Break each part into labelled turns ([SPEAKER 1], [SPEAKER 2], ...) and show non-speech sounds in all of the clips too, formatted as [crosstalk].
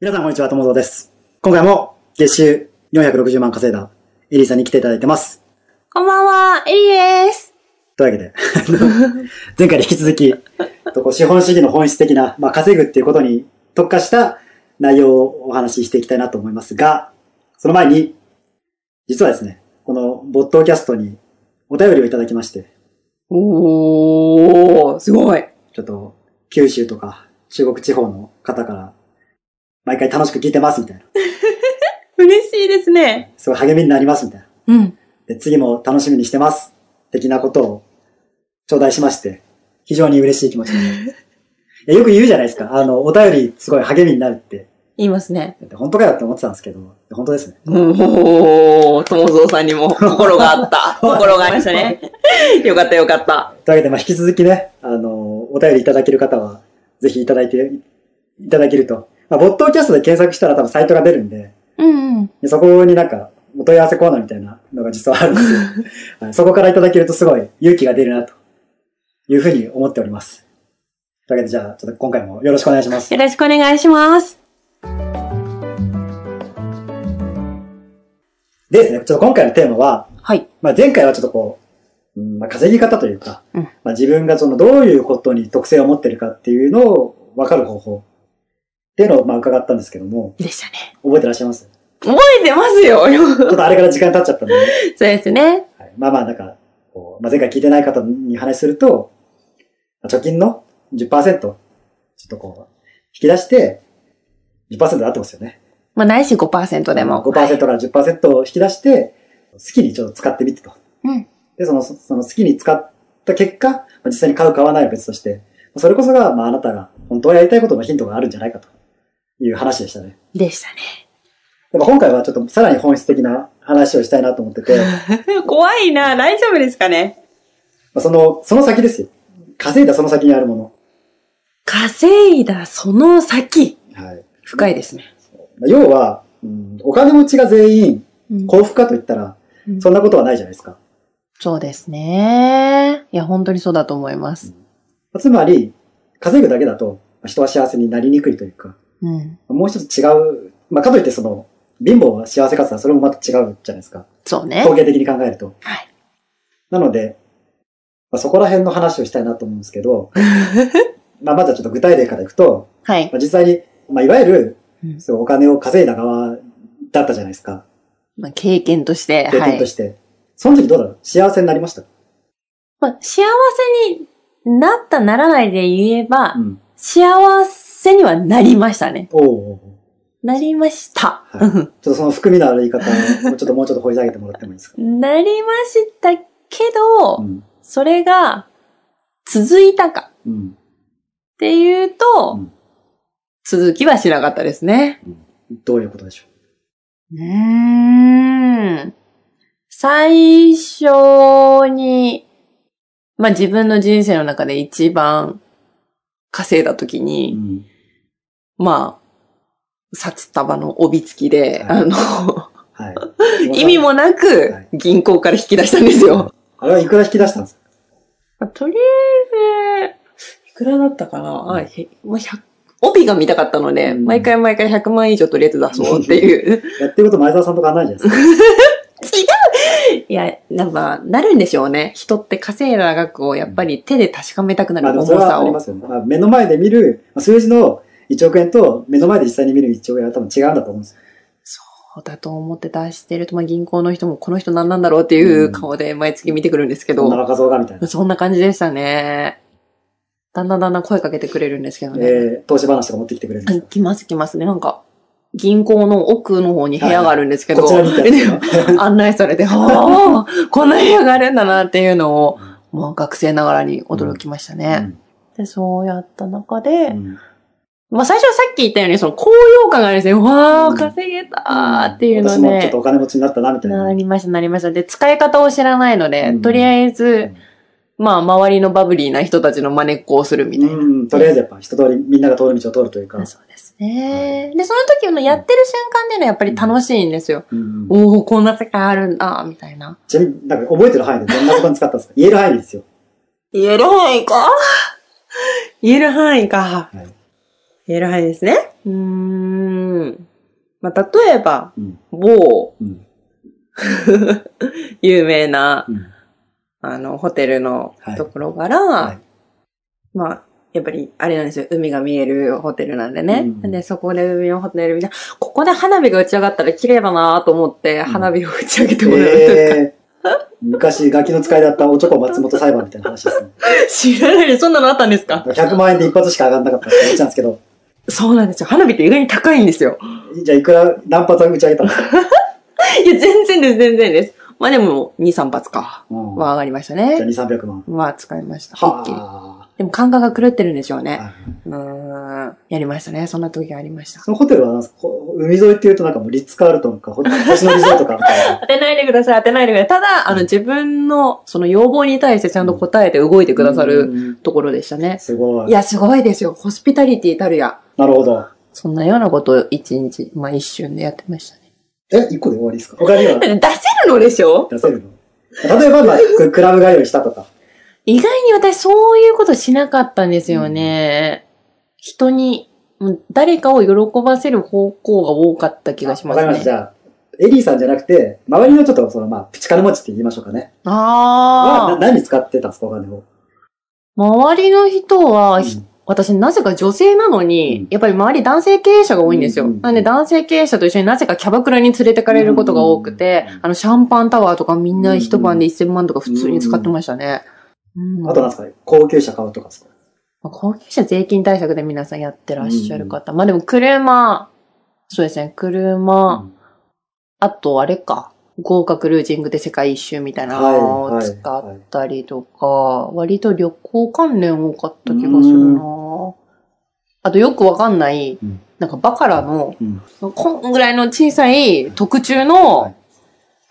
[SPEAKER 1] 皆さんこんにちは、ともぞうです。今回も月収460万稼いだエリーさんに来ていただいてます。
[SPEAKER 2] こんばんは、エリです。
[SPEAKER 1] というわけで、 [laughs] 前回に引き続き、とこう資本主義の本質的な、まあ、稼ぐっていうことに特化した内容をお話ししていきたいなと思いますが、その前に、実はですね、このボットキャストにお便りをいただきまして、
[SPEAKER 2] [laughs] おー、すごい。
[SPEAKER 1] ちょっと九州とか中国地方の方から、毎回楽しく聞いてますみたいな、
[SPEAKER 2] 嬉しいですね。
[SPEAKER 1] すごい励みになりますみたいな。
[SPEAKER 2] うん。
[SPEAKER 1] で、次も楽しみにしてます。的なことを頂戴しまして、非常に嬉しい気持ちにえよく言うじゃないですか。あの、お便りすごい励みになるって。
[SPEAKER 2] 言いますね。
[SPEAKER 1] だって本当かよって思ってたんですけど、本当ですね。
[SPEAKER 2] おー、友蔵さんに [laughs] も心があった。心がありましたね。よかったよかった。
[SPEAKER 1] というわけで、まあ、引き続きね、あの、お便りいただける方は、ぜひいただいて、いただけると。まあ、ボットキャストで検索したら多分サイトが出るんで、
[SPEAKER 2] うんうん。
[SPEAKER 1] でそこになんか、お問い合わせコーナーみたいなのが実はあるん
[SPEAKER 2] [laughs]
[SPEAKER 1] ですよはい。そこからいただけるとすごい勇気が出るな、というふうに思っております。というわけで、じゃあ、ちょっと今回もよろしくお願いします。
[SPEAKER 2] よろしくお願いします。
[SPEAKER 1] でですね、ちょっと今回のテーマは、
[SPEAKER 2] はい。
[SPEAKER 1] まあ、前回はちょっとこう、うんまあ、稼ぎ方というか、
[SPEAKER 2] うん
[SPEAKER 1] まあ、自分がそのどういうことに特性を持ってるかっていうのを分かる方法っていうのをまあ伺ったんですけども、
[SPEAKER 2] でしたね。
[SPEAKER 1] 覚えてらっしゃいます
[SPEAKER 2] 覚えてます [laughs] よ。
[SPEAKER 1] ちょっとあれから時間経っちゃったんで、
[SPEAKER 2] そうですね。
[SPEAKER 1] はい、まあまあ、なんかこう、まあ、前回聞いてない方に話すると、まあ貯金の10%、ちょっとこう、引き出して、10%で合ってますよね。
[SPEAKER 2] まあ、ないし5%でも。
[SPEAKER 1] 5%から10%を引き出して、好きにちょっと使ってみてと。
[SPEAKER 2] うん。
[SPEAKER 1] で、その、そその好きに使った結果、まあ実際に買う買わないは別として、それこそが、まああなたが本当はやりたいことのヒントがあるんじゃないかという話でしたね。
[SPEAKER 2] でしたね。
[SPEAKER 1] でも今回はちょっとさらに本質的な話をしたいなと思って
[SPEAKER 2] [laughs]
[SPEAKER 1] て、ま
[SPEAKER 2] 怖いな。大丈夫ですかね。
[SPEAKER 1] あその、その先ですよ。稼いだその先にあるも
[SPEAKER 2] 稼いだその先。
[SPEAKER 1] の。はい。
[SPEAKER 2] 深いですね。
[SPEAKER 1] まあ要は、うん、お金持ちが全員
[SPEAKER 2] うん
[SPEAKER 1] 幸福かと言ったら、
[SPEAKER 2] うん
[SPEAKER 1] そんなことはないじゃないですか。
[SPEAKER 2] そうですね。いや、本当にそうだと思います。
[SPEAKER 1] つまり、稼ぐだけだと、まあ人は幸せになりにくいというか、
[SPEAKER 2] うん。
[SPEAKER 1] もう一つ違う、まあ、かといってその、貧乏は幸せかつはそれもまた違うじゃないですか。
[SPEAKER 2] そうね。
[SPEAKER 1] 統計的に考えると。
[SPEAKER 2] はい。
[SPEAKER 1] なので、まあ、そこら辺の話をしたいなと思うんですけ
[SPEAKER 2] [laughs]
[SPEAKER 1] ど、まあまずはちょっと具体例からいくと、
[SPEAKER 2] はい。
[SPEAKER 1] まあ、実際に、まあ、いわゆる
[SPEAKER 2] うん
[SPEAKER 1] そうお金を稼いだ側だったじゃないですか。
[SPEAKER 2] まあ、経験として、
[SPEAKER 1] 経
[SPEAKER 2] は
[SPEAKER 1] 験と
[SPEAKER 2] い。
[SPEAKER 1] して。その時どうだろう幸せになりました
[SPEAKER 2] まあ、幸せになったならないで言えば、
[SPEAKER 1] うん。
[SPEAKER 2] 幸せにはなりましたね。
[SPEAKER 1] おうおうおう
[SPEAKER 2] なりました。
[SPEAKER 1] はいちょっとその含みのある言い方を、ちょっともうちょっと掘り下げてもらってもいいですか、
[SPEAKER 2] なりましたけど、
[SPEAKER 1] うん。
[SPEAKER 2] それが続いたかっ
[SPEAKER 1] うん。
[SPEAKER 2] ていうと、
[SPEAKER 1] うん
[SPEAKER 2] 続きはしなかったですね。
[SPEAKER 1] どういうことでしょ
[SPEAKER 2] うーん。最初に、まあ、自分の人生の中で一番稼いだ時
[SPEAKER 1] う、
[SPEAKER 2] に、
[SPEAKER 1] ん、
[SPEAKER 2] まあ、札束の帯付きで、
[SPEAKER 1] はい
[SPEAKER 2] あの、。
[SPEAKER 1] [laughs] はい
[SPEAKER 2] 意味もな
[SPEAKER 1] は
[SPEAKER 2] く
[SPEAKER 1] い
[SPEAKER 2] 銀行から引き出したんですよ。
[SPEAKER 1] あれはいくら引き出したんですか
[SPEAKER 2] まあとりあえず、いくらだったかなあへもう100帯が見たかったので、
[SPEAKER 1] うん
[SPEAKER 2] 毎回毎回100万円以上とりあえず出そうっていう。
[SPEAKER 1] やってること前澤さんと変わらないじゃない [laughs] ですか。
[SPEAKER 2] いや、なんか、なるんでしょうね。人って稼いだ額をやっぱり手で確かめたくな
[SPEAKER 1] まあでも
[SPEAKER 2] る重
[SPEAKER 1] それは
[SPEAKER 2] さ
[SPEAKER 1] あり
[SPEAKER 2] を
[SPEAKER 1] ま。すよね。まあ、目の前で見る、まあ数字の1億円と目の前で実際に見る1億円は多分違うんだと思うんですよ。
[SPEAKER 2] そうだと思って出してると、まあ銀行の人もこの人何なんだろうっていう顔で毎月見てくるんですけど。
[SPEAKER 1] どんな若造がみたいな。
[SPEAKER 2] そんな感じでしたね。だんだんだんだん声かけてくれるんですけどね。
[SPEAKER 1] えー、投資話とか持ってきてくれるんですか
[SPEAKER 2] 来ます来ますね。なんか、銀行の奥の方に部屋があるんですけど、
[SPEAKER 1] こちらに行ったんですか [laughs]
[SPEAKER 2] 案内されて、ああ、こんな部屋があるんだなっていうのを、もう学生ながらに驚きましたね。で、そうやった中で、
[SPEAKER 1] うんうん
[SPEAKER 2] まあ最初はさっき言ったように、その高揚感があるんですよ。わ
[SPEAKER 1] う
[SPEAKER 2] あ、
[SPEAKER 1] ん
[SPEAKER 2] 稼げたーっていうの
[SPEAKER 1] 私もちょっ
[SPEAKER 2] で
[SPEAKER 1] と、お金持ちになったな、みたいな。
[SPEAKER 2] なりましたなりました。で、使い方を知らないので、
[SPEAKER 1] うん
[SPEAKER 2] とりあえず、まあ周りのバブリーな人たちの真似っこをするみたいな。
[SPEAKER 1] うん、とりあえずやっぱ一通りみんなが通る道を通るというか。
[SPEAKER 2] そうですね。で、その時のやってる瞬間でいうのはやっぱり楽しいんですよ。
[SPEAKER 1] うん
[SPEAKER 2] おおこんな世界あるんだ、みたいな。
[SPEAKER 1] ちなみに、なんか覚えてる範囲でどんなことに使ったんですか言える範囲ですよ。
[SPEAKER 2] 言える範囲か言える範囲か。
[SPEAKER 1] はい
[SPEAKER 2] 言える範囲ですね。うーん。まあ、例えば、
[SPEAKER 1] うん
[SPEAKER 2] 某
[SPEAKER 1] うん。
[SPEAKER 2] 有名な、
[SPEAKER 1] うん。
[SPEAKER 2] あの、ホテルの
[SPEAKER 1] はい
[SPEAKER 2] ところから、
[SPEAKER 1] はい
[SPEAKER 2] まあ、やっぱり、あれなんですよ、海が見えるホテルなんでね。
[SPEAKER 1] うん
[SPEAKER 2] で、そこで海のホテル見て、ここで花火が打ち上がったら綺麗だなと思って、
[SPEAKER 1] ん
[SPEAKER 2] 花火を打ち上げてもらうとか、
[SPEAKER 1] えー、昔、ガキの使いだったおちょこ松本裁判みたいな話ですね。
[SPEAKER 2] 知らないで、そんなのあったんですか
[SPEAKER 1] 100万円で一発しか上がんなかったって言っちゃうんですけど、
[SPEAKER 2] そうなんですよ。花火って意外に高いんですよ。
[SPEAKER 1] じゃあいくら何発打ち上げたの
[SPEAKER 2] いや、全然です、全然です。まあでも、2、3発か。
[SPEAKER 1] うん
[SPEAKER 2] は上がりました
[SPEAKER 1] じゃあ
[SPEAKER 2] ね。
[SPEAKER 1] 2、300万。
[SPEAKER 2] まあ、使いました。はっきり。
[SPEAKER 1] は
[SPEAKER 2] でも感覚が狂ってるんでしょうね。
[SPEAKER 1] あ。
[SPEAKER 2] うーん。やりましたね。そんな時がありました。
[SPEAKER 1] そのホテルはなんですかほ海沿いっていうとなんかもうリッツカールトンか、ほ [laughs] 星野リゾートかみたいな。
[SPEAKER 2] 当てないでください、当てないでください。ただ、あの、自分の、その要望に対してちゃんと答えて動いてくださる
[SPEAKER 1] る。
[SPEAKER 2] ところでしたね。
[SPEAKER 1] すごい。
[SPEAKER 2] いや、すごいですよ。ホスピタリティたるや。
[SPEAKER 1] なるほど。
[SPEAKER 2] そんなようなことを一日、まあ一瞬でやってましたね。
[SPEAKER 1] え、一個で終わりですか他には
[SPEAKER 2] 出せるのでしょ
[SPEAKER 1] 出せるの [laughs] 例えば、まあ、ククラブ通いしたとか。
[SPEAKER 2] 意外に私そういうことしなかったんですよね。人に、もう誰かを喜ばせる方向が多かった気がしま
[SPEAKER 1] わかりました。
[SPEAKER 2] す
[SPEAKER 1] じ
[SPEAKER 2] ね。
[SPEAKER 1] ゃあ、エリーさんじゃなくて、周りのちょっと、その、まあ、プチ金持ちって言いましょうかね。はな
[SPEAKER 2] ああ。
[SPEAKER 1] 何使ってたんですか、お金を。
[SPEAKER 2] 周りの人は、
[SPEAKER 1] うん
[SPEAKER 2] 私、なぜか女性なのに、
[SPEAKER 1] うん
[SPEAKER 2] やっぱり周り男性経営者が多いんですよ。
[SPEAKER 1] うんうん
[SPEAKER 2] なんで男性経営者と一緒になぜかキャバクラに連れてかれることが多くて、
[SPEAKER 1] うん
[SPEAKER 2] あの、シャンパンタワーとかみんな一晩で1000万とか普通に使ってましたね。うん
[SPEAKER 1] あとなんですか高級車買うとかですか
[SPEAKER 2] まあ高級車税金対策で皆さんやってらっしゃる方。まあでも車、そうですね、車、
[SPEAKER 1] うん
[SPEAKER 2] あとあれか、豪華クルージングで世界一周みたいなのを使ったりとか、割と旅行関連多かった気がするなあとよくわかんない、
[SPEAKER 1] うん
[SPEAKER 2] なんかバカラの、
[SPEAKER 1] うん
[SPEAKER 2] こんぐらいの小さい特注の、
[SPEAKER 1] はい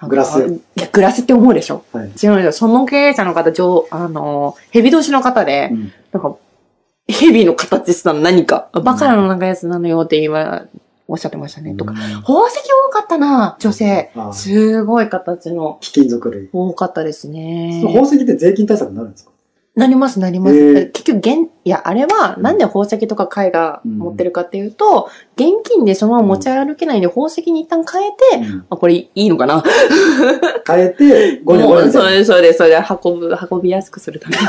[SPEAKER 2] なんか
[SPEAKER 1] グラス
[SPEAKER 2] いや、グラスって思うでしょ
[SPEAKER 1] はい。
[SPEAKER 2] 違うんですよ。その経営者の方、上あの、蛇同士の方で、
[SPEAKER 1] うん
[SPEAKER 2] なんか、蛇の形したの何か。バカラのなんかやつなのよって今、おっしゃってましたね。とか。
[SPEAKER 1] か、
[SPEAKER 2] 宝石多かったな、女性。
[SPEAKER 1] あー
[SPEAKER 2] すごい形の。
[SPEAKER 1] 貴金属類。
[SPEAKER 2] 多かったで
[SPEAKER 1] そ
[SPEAKER 2] す
[SPEAKER 1] の宝
[SPEAKER 2] ね。
[SPEAKER 1] 石って税金対策になるんですか
[SPEAKER 2] なります、なります。
[SPEAKER 1] えー
[SPEAKER 2] 結局、現、いや、あれは、なんで宝石とか貝が持ってるかっていうと、現金でそのまま持ち歩けないんで、宝石に一旦変えて、
[SPEAKER 1] うん
[SPEAKER 2] あ、これいいのかな
[SPEAKER 1] 変えて、ゴニョゴニョ
[SPEAKER 2] も
[SPEAKER 1] み
[SPEAKER 2] うそう
[SPEAKER 1] たい
[SPEAKER 2] です、そうです、それ運ぶ、運びやすくする
[SPEAKER 1] [laughs]
[SPEAKER 2] ために。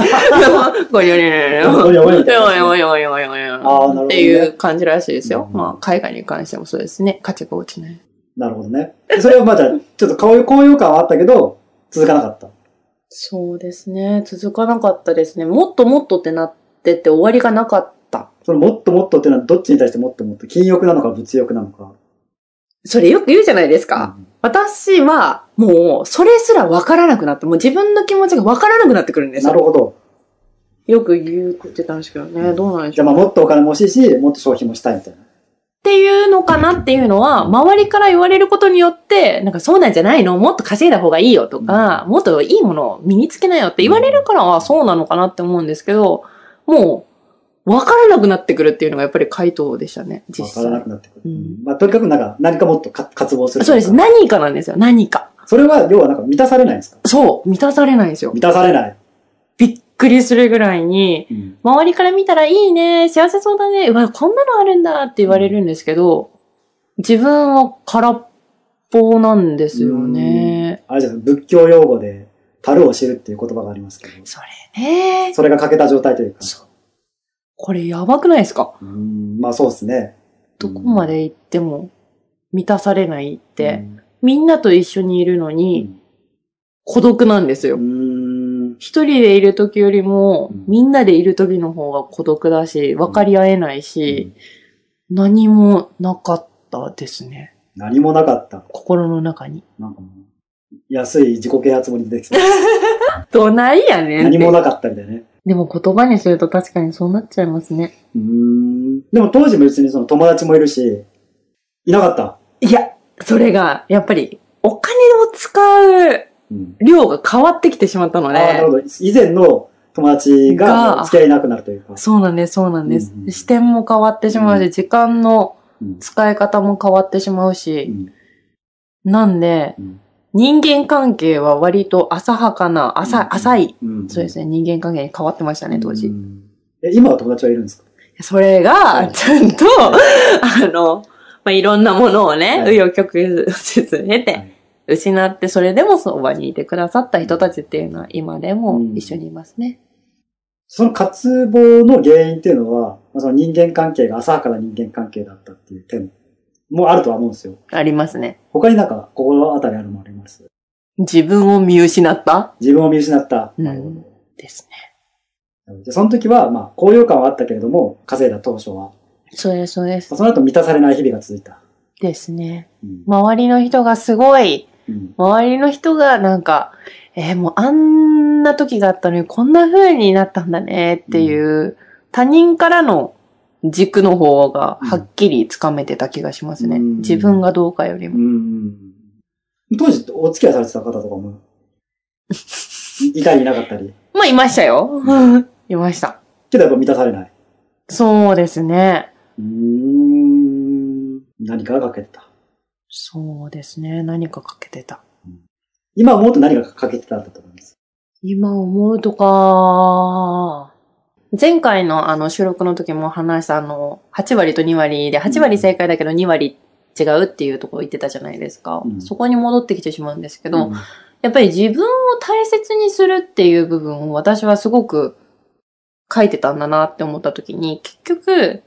[SPEAKER 2] ゴリゴリゴリ
[SPEAKER 1] な。ゴ
[SPEAKER 2] ゴ
[SPEAKER 1] ニョゴニ
[SPEAKER 2] リ
[SPEAKER 1] ョ
[SPEAKER 2] お
[SPEAKER 1] みたいな。
[SPEAKER 2] いおいおいおいお [laughs] い
[SPEAKER 1] あーなるほど
[SPEAKER 2] おい。
[SPEAKER 1] ね
[SPEAKER 2] っていう感じらしいですよ。
[SPEAKER 1] うん
[SPEAKER 2] まあ、海外に関してもそうですね。価値が落ちない。
[SPEAKER 1] なるほどね。それはまあじゃあ、ちょっと高揚高揚感はあったけど、続かなかった。
[SPEAKER 2] そうですね。続かなかったですね。もっともっとってなってて終わりがなかった。
[SPEAKER 1] そのもっともっとっていうのはどっちに対してもっともっと金欲なのか物欲なのか。
[SPEAKER 2] それよく言うじゃないですか。
[SPEAKER 1] うん
[SPEAKER 2] 私は、もう、それすらわからなくなって、もう自分の気持ちがわからなくなってくるんです
[SPEAKER 1] なる
[SPEAKER 2] よ。
[SPEAKER 1] ほど。
[SPEAKER 2] よく言うって言ってたんですけどね。どうなんでし
[SPEAKER 1] じ
[SPEAKER 2] ょ
[SPEAKER 1] ゃ
[SPEAKER 2] う
[SPEAKER 1] あ。まあもっとお金も欲しいし、もっと消費もしたいみたいな。
[SPEAKER 2] っていうのかなっていうのは、周りから言われることによって、なんかそうなんじゃないのもっと稼いだ方がいいよとか、もっといいものを身につけなよって言われるからはそうなのかなって思うんですけど、もう、わからなくなってくるっていうのがやっぱり回答でしたね、実
[SPEAKER 1] わからな
[SPEAKER 2] 際
[SPEAKER 1] く。なってくる。
[SPEAKER 2] うん
[SPEAKER 1] まあとにかくなんか何かもっとか渇望すると
[SPEAKER 2] そう
[SPEAKER 1] か。
[SPEAKER 2] です。何かなんですよ、何か。
[SPEAKER 1] それは要はなんか満たされないんですか
[SPEAKER 2] そう、満たされないんですよ。
[SPEAKER 1] 満たされない。
[SPEAKER 2] びっくりするぐらいに、
[SPEAKER 1] うん
[SPEAKER 2] 周りから見たらいいね、幸せそうだね、うわ、こんなのあるんだって言われるんですけど、自分は空っぽなんですよね。
[SPEAKER 1] あれじゃない仏教用語で、樽を知るっていう言葉がありますけど、
[SPEAKER 2] それね。
[SPEAKER 1] それが欠けた状態というか。
[SPEAKER 2] そうこれやばくないですか
[SPEAKER 1] うんまあそうですね。
[SPEAKER 2] どこまで行っても満たされないっ
[SPEAKER 1] う
[SPEAKER 2] て、
[SPEAKER 1] ん
[SPEAKER 2] みんなと一緒にいるのに孤独なんです
[SPEAKER 1] う
[SPEAKER 2] よ。
[SPEAKER 1] ん。
[SPEAKER 2] 一人でいる時よりも
[SPEAKER 1] うん、
[SPEAKER 2] みんなでいる時の方が孤独だし、分かり合えないし、何もなかったですね。
[SPEAKER 1] 何もなかった。
[SPEAKER 2] 心の中に。
[SPEAKER 1] なんかもう、安い自己啓発本に出てきた。
[SPEAKER 2] [laughs] どないやねんっ
[SPEAKER 1] 何
[SPEAKER 2] て
[SPEAKER 1] もなかったみたいなね。
[SPEAKER 2] でも言葉にすると確かにそうなっちゃいますね。
[SPEAKER 1] うーん。でも当時も別にその友達もいるし、いなかった。
[SPEAKER 2] いや、それが、やっぱり、お金を使う
[SPEAKER 1] うん。
[SPEAKER 2] 量が変わってきてしまったの
[SPEAKER 1] ああ、
[SPEAKER 2] で、
[SPEAKER 1] なるほど。以前の友達
[SPEAKER 2] が
[SPEAKER 1] が付き合いなくなるというか。
[SPEAKER 2] そうなんです、そうなんです。
[SPEAKER 1] うんうん
[SPEAKER 2] 視点も変わってしまう
[SPEAKER 1] う
[SPEAKER 2] し、時間の
[SPEAKER 1] うん
[SPEAKER 2] 使い方も変わってしまう
[SPEAKER 1] う
[SPEAKER 2] し、
[SPEAKER 1] ん
[SPEAKER 2] なんで、
[SPEAKER 1] うん
[SPEAKER 2] 人間関係は割と浅はかな、浅い、浅い、
[SPEAKER 1] うん
[SPEAKER 2] そうですね、人間関係に変わってましたね、当時。
[SPEAKER 1] うんえ、今は友達はいるんですか
[SPEAKER 2] それ
[SPEAKER 1] は
[SPEAKER 2] が、
[SPEAKER 1] い
[SPEAKER 2] ちゃんと、あの、まあ、いろんなものをね、
[SPEAKER 1] は
[SPEAKER 2] 紆
[SPEAKER 1] い
[SPEAKER 2] 余曲折経
[SPEAKER 1] は
[SPEAKER 2] て
[SPEAKER 1] い、
[SPEAKER 2] 失って、それでもそばにいてくださった人たちっていうのは、今でも一緒にいますね。
[SPEAKER 1] その渇望の原因っていうのは、まあその人間関係が浅はかな人間関係だったっていう点もあるとは思うんですよ。
[SPEAKER 2] ありますね。
[SPEAKER 1] 他になんか心当たりあるものあります
[SPEAKER 2] 自分を見失った
[SPEAKER 1] 自分を見失った。
[SPEAKER 2] うん
[SPEAKER 1] なるほど
[SPEAKER 2] ですね。
[SPEAKER 1] でその時は、まあ、高揚感はあったけれども、稼いだ当初は。
[SPEAKER 2] そうです、そうです。
[SPEAKER 1] その後満たされない日々が続いた。
[SPEAKER 2] ですね。
[SPEAKER 1] うん
[SPEAKER 2] 周りの人がすごい、
[SPEAKER 1] うん
[SPEAKER 2] 周りの人がなんか、えーもうあんな時があったのにこんな風になったんだねっていう、他人からの軸の方がはっきりつかめてた気がしますね。
[SPEAKER 1] うん
[SPEAKER 2] 自分がどうかより
[SPEAKER 1] う
[SPEAKER 2] も。
[SPEAKER 1] ん。当時、お付き合いされてた方とかも、いい [laughs] たりいなかったり。
[SPEAKER 2] まあ、いましたよ。 [laughs] いました。
[SPEAKER 1] けどやっぱ満たされない。
[SPEAKER 2] そうですね。
[SPEAKER 1] うーん。何かが欠けてた。
[SPEAKER 2] そうですね。何か欠けてた。
[SPEAKER 1] 今思うと何かが欠けてたんだと思います。
[SPEAKER 2] 今思うとか、前回のあの収録の時も話したあの、8割と2割で、8割正解だけど2割違うっていうところ言ってたじゃないですか。
[SPEAKER 1] うん
[SPEAKER 2] そこに戻ってきてしまうんですけ
[SPEAKER 1] け
[SPEAKER 2] ど、やっぱり自分を大切にするっていう部分を私はすごく書いてたんだなって思った時に、結局、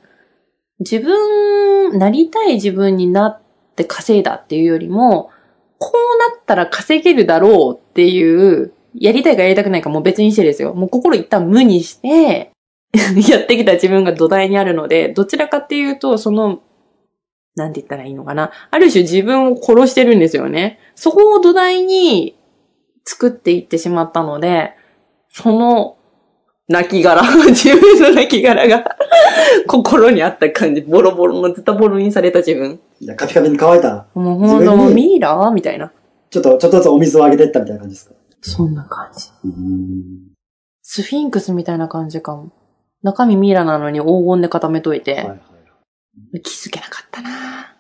[SPEAKER 2] 自分、なりたい自分になって稼いだっていうよりも、こうなったら稼げるだろうっていう、やりたいかやりたくないかもう別にしてですよ。もう心一旦無にして、 [laughs] やってきた自分が土台にあるので、どちらかっていうと、その、なんて言ったらいいのかな。ある種自分を殺してるんですよね。そこを土台に作っていってしまったので、その、亡き殻、 [laughs] 自分の亡き殻が [laughs] 心にあった感じ、ボロボロのズタボロにされた自分。
[SPEAKER 1] いや、カピカピに乾いた、
[SPEAKER 2] もうほんと、
[SPEAKER 1] 自分に
[SPEAKER 2] もうミイラみたいな。
[SPEAKER 1] ちょっと、ちょっとずつお水をあげてったみたいな感じですか
[SPEAKER 2] そんな感じ。
[SPEAKER 1] うん。
[SPEAKER 2] スフィンクスみたいな感じかも。中身ミイラなのに黄金で固めといて、
[SPEAKER 1] はいはい。
[SPEAKER 2] 気づけなかったな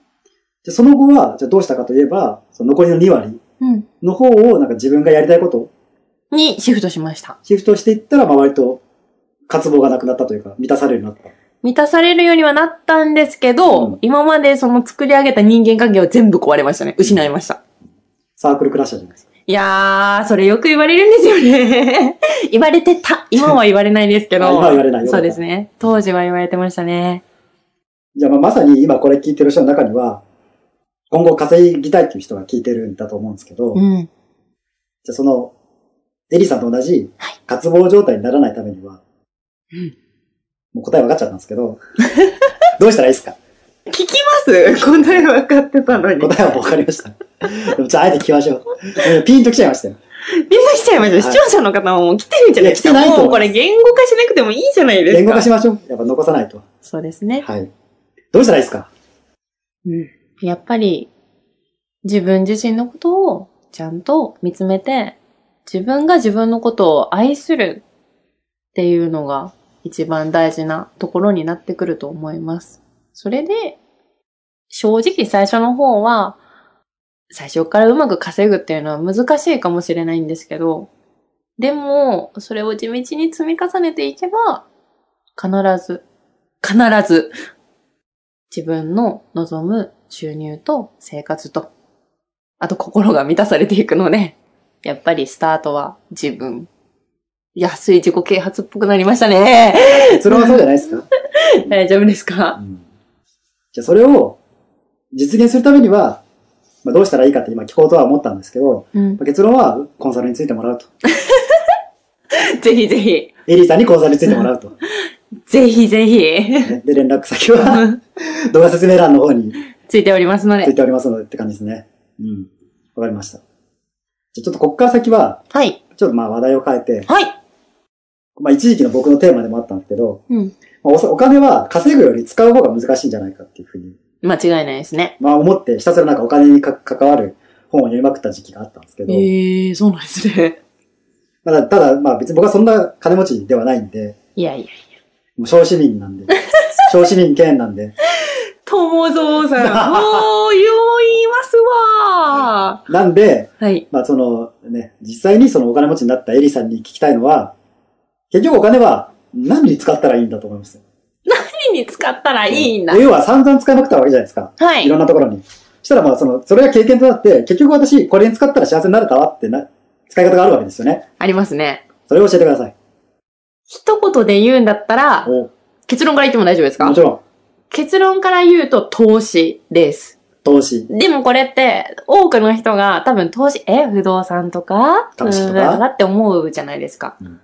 [SPEAKER 1] で、その後は、じゃあどうしたかといえば、その残りの2割
[SPEAKER 2] うん。
[SPEAKER 1] の方を、なんか自分がやりたいこと、
[SPEAKER 2] にシフトしました。
[SPEAKER 1] シフトしていったら、まあ割と、渇望がなくなったというか、満たされるようになっ
[SPEAKER 2] 満たされるようにはなったんですけど、
[SPEAKER 1] うん
[SPEAKER 2] 今までその作り上げた人間関係は全部壊れましたね。失いました。
[SPEAKER 1] た。サークルクラッシャーじゃないですか。
[SPEAKER 2] いやー、それよく言われるんですよね。 [laughs] 言われてた。今は言われないですけど。
[SPEAKER 1] あ今は言われないよ
[SPEAKER 2] そうですね。当時は言われてましたね。
[SPEAKER 1] じゃあまあまさに今これ聞いてる人の中には、今後稼ぎたいっていう人が聞いてるんだと思うんですけど、
[SPEAKER 2] う
[SPEAKER 1] じゃ
[SPEAKER 2] ん。
[SPEAKER 1] あその、エリさんと同じ
[SPEAKER 2] はい、
[SPEAKER 1] 渇望状態にならないためには、
[SPEAKER 2] うん
[SPEAKER 1] もう答え分かっちゃったんですけど、どうしたらいいです
[SPEAKER 2] [laughs]
[SPEAKER 1] か
[SPEAKER 2] 聞きます [laughs] 答え分かってたのに。ピンと
[SPEAKER 1] 答えは分かりました。でもじゃああえて聞きましょう。ピンときちゃいましたよ。
[SPEAKER 2] きちゃいました。
[SPEAKER 1] はい
[SPEAKER 2] 視聴者の方ももう来てるんじゃないですか。
[SPEAKER 1] いや来てないと思います
[SPEAKER 2] もうこれ言語化しなくてもいいじゃないですか。
[SPEAKER 1] 言語化しましょう。やっぱ残さないと。
[SPEAKER 2] そうですね。
[SPEAKER 1] はい。どうしたらいいですか
[SPEAKER 2] うん。やっぱり、自分自身のことをちゃんと見つめて、自分が自分のことを愛するっていうのが一番大事なところになってくると思います。それで、正直最初の方は、最初からうまく稼ぐっていうのは難しいかもしれないんですけど、でも、それを地道に積み重ねていけば、必ず、必ず自分の望む収入と生活と、あと心が満たされていくので、やっぱりスタートは自分。安い自己啓発っぽくなりましたね。
[SPEAKER 1] 結論はそうじゃないですか、
[SPEAKER 2] 大丈夫ですか
[SPEAKER 1] うんじゃあそれを実現するためには、まあ、どうしたらいいかって今聞こうとは思ったんですけど、
[SPEAKER 2] うん
[SPEAKER 1] ま。あ結論はコンサルについてもらうと。
[SPEAKER 2] ぜひぜひ。
[SPEAKER 1] エリーさんにコンサルについてもら
[SPEAKER 2] [laughs]
[SPEAKER 1] うと。
[SPEAKER 2] ぜひぜ [laughs] ひ。
[SPEAKER 1] ねで、連絡先
[SPEAKER 2] [laughs]
[SPEAKER 1] は動画説明欄の方に
[SPEAKER 2] ついておりますの
[SPEAKER 1] つい
[SPEAKER 2] で。
[SPEAKER 1] ておりますのでって感じですね。うん。わかりました。じゃあちょっとこっから先は、
[SPEAKER 2] はい。
[SPEAKER 1] ちょっとまあ話題を変えて、
[SPEAKER 2] はい。
[SPEAKER 1] まあ一時期の僕のテーマでもあったんですけど、
[SPEAKER 2] うん。
[SPEAKER 1] まあおお金は稼ぐより使う方が難しいんじゃないかっていうふうに
[SPEAKER 2] 間違いないですね。
[SPEAKER 1] まあ思って、ひたすらなんかお金にか関わる本を読みまくった時期があったんですけど、
[SPEAKER 2] えー、そうなんですね。
[SPEAKER 1] まあただ、まあ別に僕はそんな金持ちではないんで、
[SPEAKER 2] いやいや。
[SPEAKER 1] もう小市民
[SPEAKER 2] [laughs]
[SPEAKER 1] なんで、小市民権なんで、
[SPEAKER 2] 友蔵さん。 [laughs] おー、よう言いますわ
[SPEAKER 1] なんで、
[SPEAKER 2] ー。はい。
[SPEAKER 1] まあそのね、実際にそのお金持ちになったエリさんに聞きたいのは、結局お金は何に使ったらいいんだと思います。
[SPEAKER 2] いに使ったらいいんだ。
[SPEAKER 1] 要は散々使いまくったわけじゃないですか。
[SPEAKER 2] はいい
[SPEAKER 1] ろ。んなところに。したらまあその、それが経験となって、結局私、これに使ったら幸せになれたわってな、使い方があるわけですよね。
[SPEAKER 2] ありますね。
[SPEAKER 1] それを教えてください。
[SPEAKER 2] 一言で言うんだったら、
[SPEAKER 1] お
[SPEAKER 2] 結論から言っても大丈夫ですか
[SPEAKER 1] もちろん、
[SPEAKER 2] 結論から言うと投資です。
[SPEAKER 1] 投資。
[SPEAKER 2] でもこれって、多くの人が多分投資、え、不動産とか、
[SPEAKER 1] 投資とか
[SPEAKER 2] うんだって思うじゃないですか。
[SPEAKER 1] うん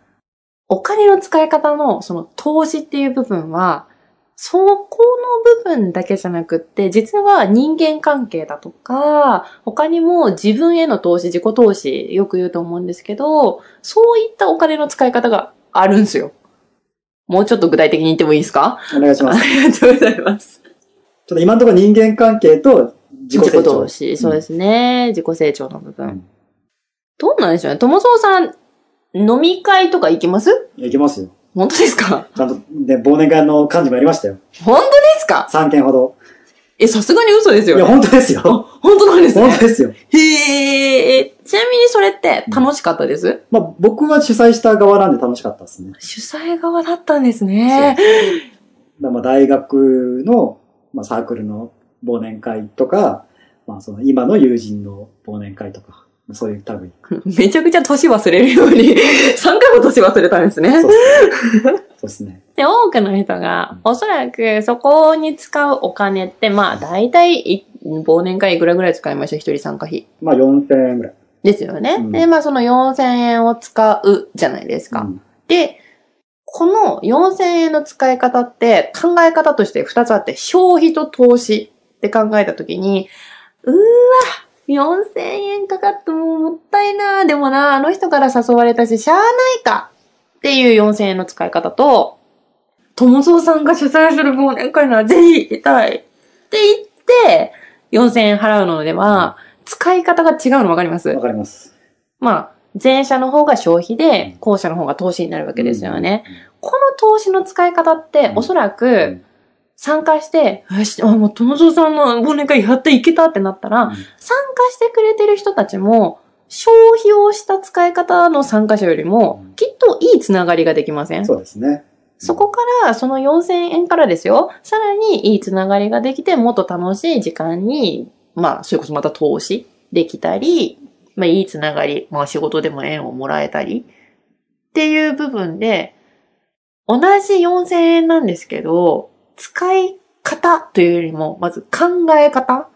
[SPEAKER 2] お金の使い方の、その投資っていう部分は、そこの部分だけじゃなくって、実は人間関係だとか、他にも自分への投資、自己投資、よく言うと思うんですけど、そういったお金の使い方があるんですよ。もうちょっと具体的に言ってもいいですか
[SPEAKER 1] お願いします。
[SPEAKER 2] [laughs] ありがとうございます。
[SPEAKER 1] ちょっと今のところ人間関係と自己成長。
[SPEAKER 2] 投資。そうですね。自己成長の部分。
[SPEAKER 1] うん
[SPEAKER 2] どうなんでしょうね。友蔵さん、飲み会とか行きます
[SPEAKER 1] いきますよ。
[SPEAKER 2] 本当ですか
[SPEAKER 1] ちゃんと、ね、忘年会の幹事もやりましたよ。
[SPEAKER 2] 本当ですか
[SPEAKER 1] 3件ほど。
[SPEAKER 2] え、さすがに嘘ですよ
[SPEAKER 1] い
[SPEAKER 2] ね。
[SPEAKER 1] や、本当ですよ。
[SPEAKER 2] あ
[SPEAKER 1] 本
[SPEAKER 2] 本当なんです
[SPEAKER 1] 当
[SPEAKER 2] ね。
[SPEAKER 1] ですよ。
[SPEAKER 2] へえ。ちなみにそれって楽しかったです
[SPEAKER 1] まあ、僕は主催した側なんで楽しかったですね。
[SPEAKER 2] 主催側だったんです
[SPEAKER 1] そう
[SPEAKER 2] ね。
[SPEAKER 1] だまあ大学の、まあ、サークルの忘年会とか、まあ、その今の友人の忘年会とか、そういう
[SPEAKER 2] [laughs]
[SPEAKER 1] 類。
[SPEAKER 2] めちゃくちゃ年忘れるように、3回も [laughs] 年忘れたんですね。
[SPEAKER 1] そうですね。そうですね。
[SPEAKER 2] で、多くの人が、おそらくそこに使うお金って、まあ、大体い、忘年会いくらぐらい使いました一人参加費。
[SPEAKER 1] まあ、4000円ぐらい。
[SPEAKER 2] ですよね。
[SPEAKER 1] うん
[SPEAKER 2] で、まあ、その4000円を使うじゃないですか。
[SPEAKER 1] うん
[SPEAKER 2] で、この4000円の使い方って、考え方として2つあって、消費と投資って考えたときに、うーわ、4000円かかってももったいなでもな、あの人から誘われたし、しゃあないかっていう4000円の使い方と、友蔵さんが主催する忘年会ならぜひ行きたいって言って、4000円払うのでは、使い方が違うのわかります
[SPEAKER 1] わかります。
[SPEAKER 2] まあ、前者の方が消
[SPEAKER 1] う
[SPEAKER 2] 費
[SPEAKER 1] ん
[SPEAKER 2] で、後者の方が投資になるわけですよね。
[SPEAKER 1] うん。
[SPEAKER 2] この投資の使い方って
[SPEAKER 1] う、ん
[SPEAKER 2] おそら
[SPEAKER 1] うん
[SPEAKER 2] く、参加して、よしあ、もう友蔵さんの忘年会やっていけたってなったら、参加してくれてる人たちも、消費をした使い方の参加者よりも
[SPEAKER 1] うん、
[SPEAKER 2] きっといいつながりができませ
[SPEAKER 1] うんんそうですね。
[SPEAKER 2] そこから、その4000円からですよ、さらにいいつながりができて、もっと楽しい時間に、まあ、それこそまた投資できたり、まあ、いいつながり、まあ、仕事でも縁をもらえたり、っていう部分で、同じ4000円なんですけど、使い方というよりも、まず考え方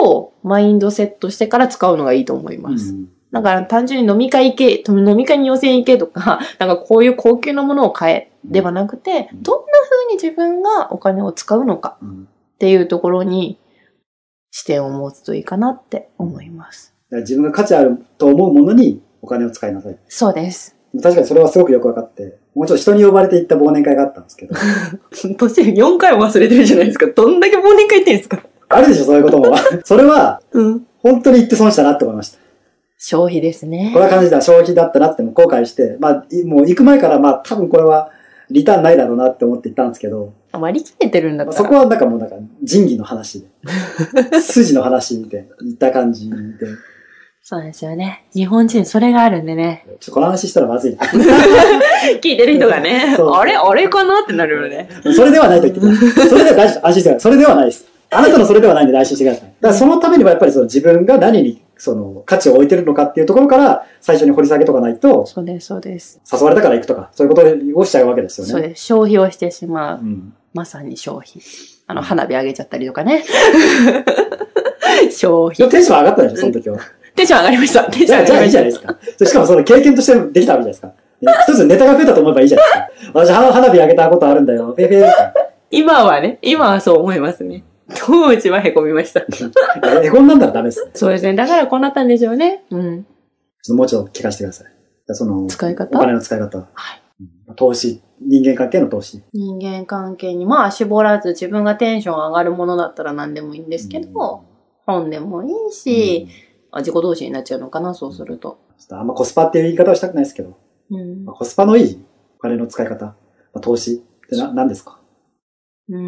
[SPEAKER 2] をマインドセットしてから使うのがいいと思います。
[SPEAKER 1] うん
[SPEAKER 2] だから単純に飲み会行け、飲み会に予選行けとか、なんかこういう高級なものを買えではなくて、
[SPEAKER 1] うん
[SPEAKER 2] どんな風に自分がお金を使うのか
[SPEAKER 1] うん
[SPEAKER 2] っていうところに視点を持つといいかなって思います。
[SPEAKER 1] だから自分が価値あると思うものにお金を使いなさい。
[SPEAKER 2] そうです。
[SPEAKER 1] 確かにそれはすごくよくわかって、もうちょっと人に呼ばれて行った忘年会があったんですけど、
[SPEAKER 2] 年4回も忘れてるじゃないですか。どんだけ忘年会行ってんですか
[SPEAKER 1] あるでしょ、そういうことも。それは、
[SPEAKER 2] うん。
[SPEAKER 1] 本当に行って損したなって思いました。
[SPEAKER 2] 消費ですね
[SPEAKER 1] こ。れは感じた消費だったなっても後悔して、まあ、いもう行く前からまあ多分これはリターンないだろうなって思って行ったんですけど、
[SPEAKER 2] 割り切れてるんだ
[SPEAKER 1] ま
[SPEAKER 2] っ
[SPEAKER 1] あそ
[SPEAKER 2] たら。
[SPEAKER 1] こはなんかもうなんか仁義の話で、筋の話で行った感じで、
[SPEAKER 2] そうなんですよね。日本人それがあるんでね
[SPEAKER 1] ち。ょっとこの話したらまずい。
[SPEAKER 2] 聞いてる人がね、
[SPEAKER 1] そう
[SPEAKER 2] あれあれかなってなるよね。
[SPEAKER 1] それではないと言ってください。それでは大丈夫。安心してください。それではないです。あなたのそれではないんで安心してください。だからそのためにはやっぱりその自分が何にその価値を置いてるのかっていうところから最初に掘り下げとかないと、
[SPEAKER 2] そうです、そうです。
[SPEAKER 1] 誘われたから行くとか、そういうことをしちゃうわけですよね。
[SPEAKER 2] そうです。消費をしてしまう。
[SPEAKER 1] うん
[SPEAKER 2] まさに消費。あの、花火あげちゃったりと
[SPEAKER 1] [laughs]
[SPEAKER 2] かね。消
[SPEAKER 1] で
[SPEAKER 2] 費。
[SPEAKER 1] もテンション上がったでしょ、その時は。
[SPEAKER 2] テンション上がりま [laughs] した。テン
[SPEAKER 1] じ
[SPEAKER 2] ション
[SPEAKER 1] ゃあ、
[SPEAKER 2] 上
[SPEAKER 1] じゃ
[SPEAKER 2] が
[SPEAKER 1] あいい
[SPEAKER 2] りま
[SPEAKER 1] じゃ
[SPEAKER 2] した。
[SPEAKER 1] ないですか。そしかもその経験としてできたわけじゃないですか。ね一つネタが増えたと思えばいいじゃないですか。私、は花火上げたことあるんだよ。ペーペーって
[SPEAKER 2] 今はね、今はそう思いますね。当時は凹みました。
[SPEAKER 1] え、こんなんならダメです。
[SPEAKER 2] そうですね。だからこうなったんでしょうね。う
[SPEAKER 1] ち
[SPEAKER 2] ん。
[SPEAKER 1] ょっともうちょっと聞かせてください。じゃあその、
[SPEAKER 2] 使い方
[SPEAKER 1] お金の使い方。
[SPEAKER 2] はい
[SPEAKER 1] うん投資。人間関係の投資。
[SPEAKER 2] 人間関係に、まあ、絞らず自分がテンション上がるものだったら何でもいいんで
[SPEAKER 1] です
[SPEAKER 2] けど、、本でもいいし、あ自己同士になっちゃうのかな、そうすると。
[SPEAKER 1] うんちょっとあんまコスパっていう言い方はしたくないですけど、
[SPEAKER 2] うん
[SPEAKER 1] まあ、。コスパのいいお金の使い方、まあ、投資ってな何ですか
[SPEAKER 2] うー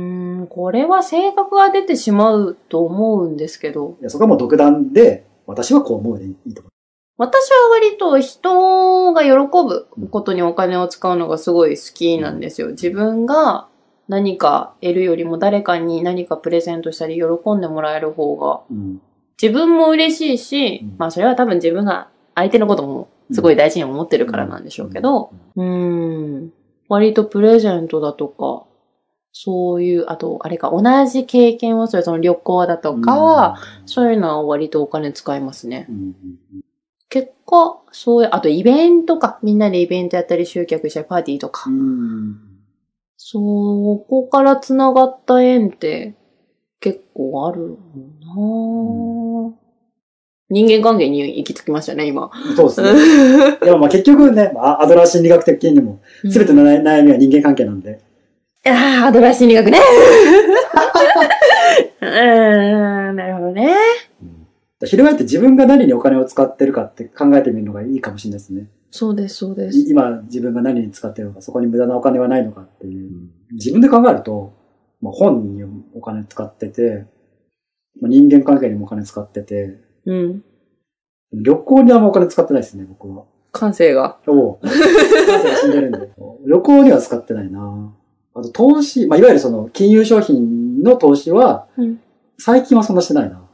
[SPEAKER 2] ん、これは性格が出てしまうと思うんですけど、
[SPEAKER 1] いやそこはもう独断で、私はこう思うでいいと思
[SPEAKER 2] 私は割と人が喜ぶことにお金を使うのがすごい好きなんですよ。自分が何か得るよりも誰かに何かプレゼントしたり喜んでもらえる方が
[SPEAKER 1] うん。
[SPEAKER 2] 自分も嬉しいし、
[SPEAKER 1] うん
[SPEAKER 2] まあそれは多分自分が相手のこともすごい大事に思ってるからなんでしょうけど、うん、割とプレゼントだとか、そういう、あと、あれか、同じ経験をする、その旅行だとか、そういうのは割とお金使いますね。
[SPEAKER 1] うん、うん
[SPEAKER 2] 結果、そういう、あとイベントか、みんなでイベントやったり集客したりパーティーとか、
[SPEAKER 1] うん。
[SPEAKER 2] そこから繋がった縁って結構あるもんな、人間関係に行き着きましたね、今。
[SPEAKER 1] うんそうです [laughs] ね。でもまあ結局ね、まあアドラー心理学的にも、すべて
[SPEAKER 2] い
[SPEAKER 1] の悩悩みは人間関係なんで。
[SPEAKER 2] やーアドラー心理学ね。うーん、なるほどね。
[SPEAKER 1] 翻って自分が何にお金を使ってるかって考えてみるのがいいかもしれないですね。
[SPEAKER 2] そうです、そうで
[SPEAKER 1] い
[SPEAKER 2] す。
[SPEAKER 1] 今自分が何に使ってるのか、そこに無駄なお金はないのかっていう。自分で考えると、まあ、本にお金使ってて、まあ、人間関係にもお金使ってて、
[SPEAKER 2] うん。
[SPEAKER 1] 旅行にあんまお金使ってないですね、僕は。
[SPEAKER 2] 感性が。 [laughs]
[SPEAKER 1] おう。母さんが死んでるんで。旅行には使ってないなあと投資、まあ、いわゆるその金融商品の投資は、
[SPEAKER 2] うん
[SPEAKER 1] 最近はそんなしてないな。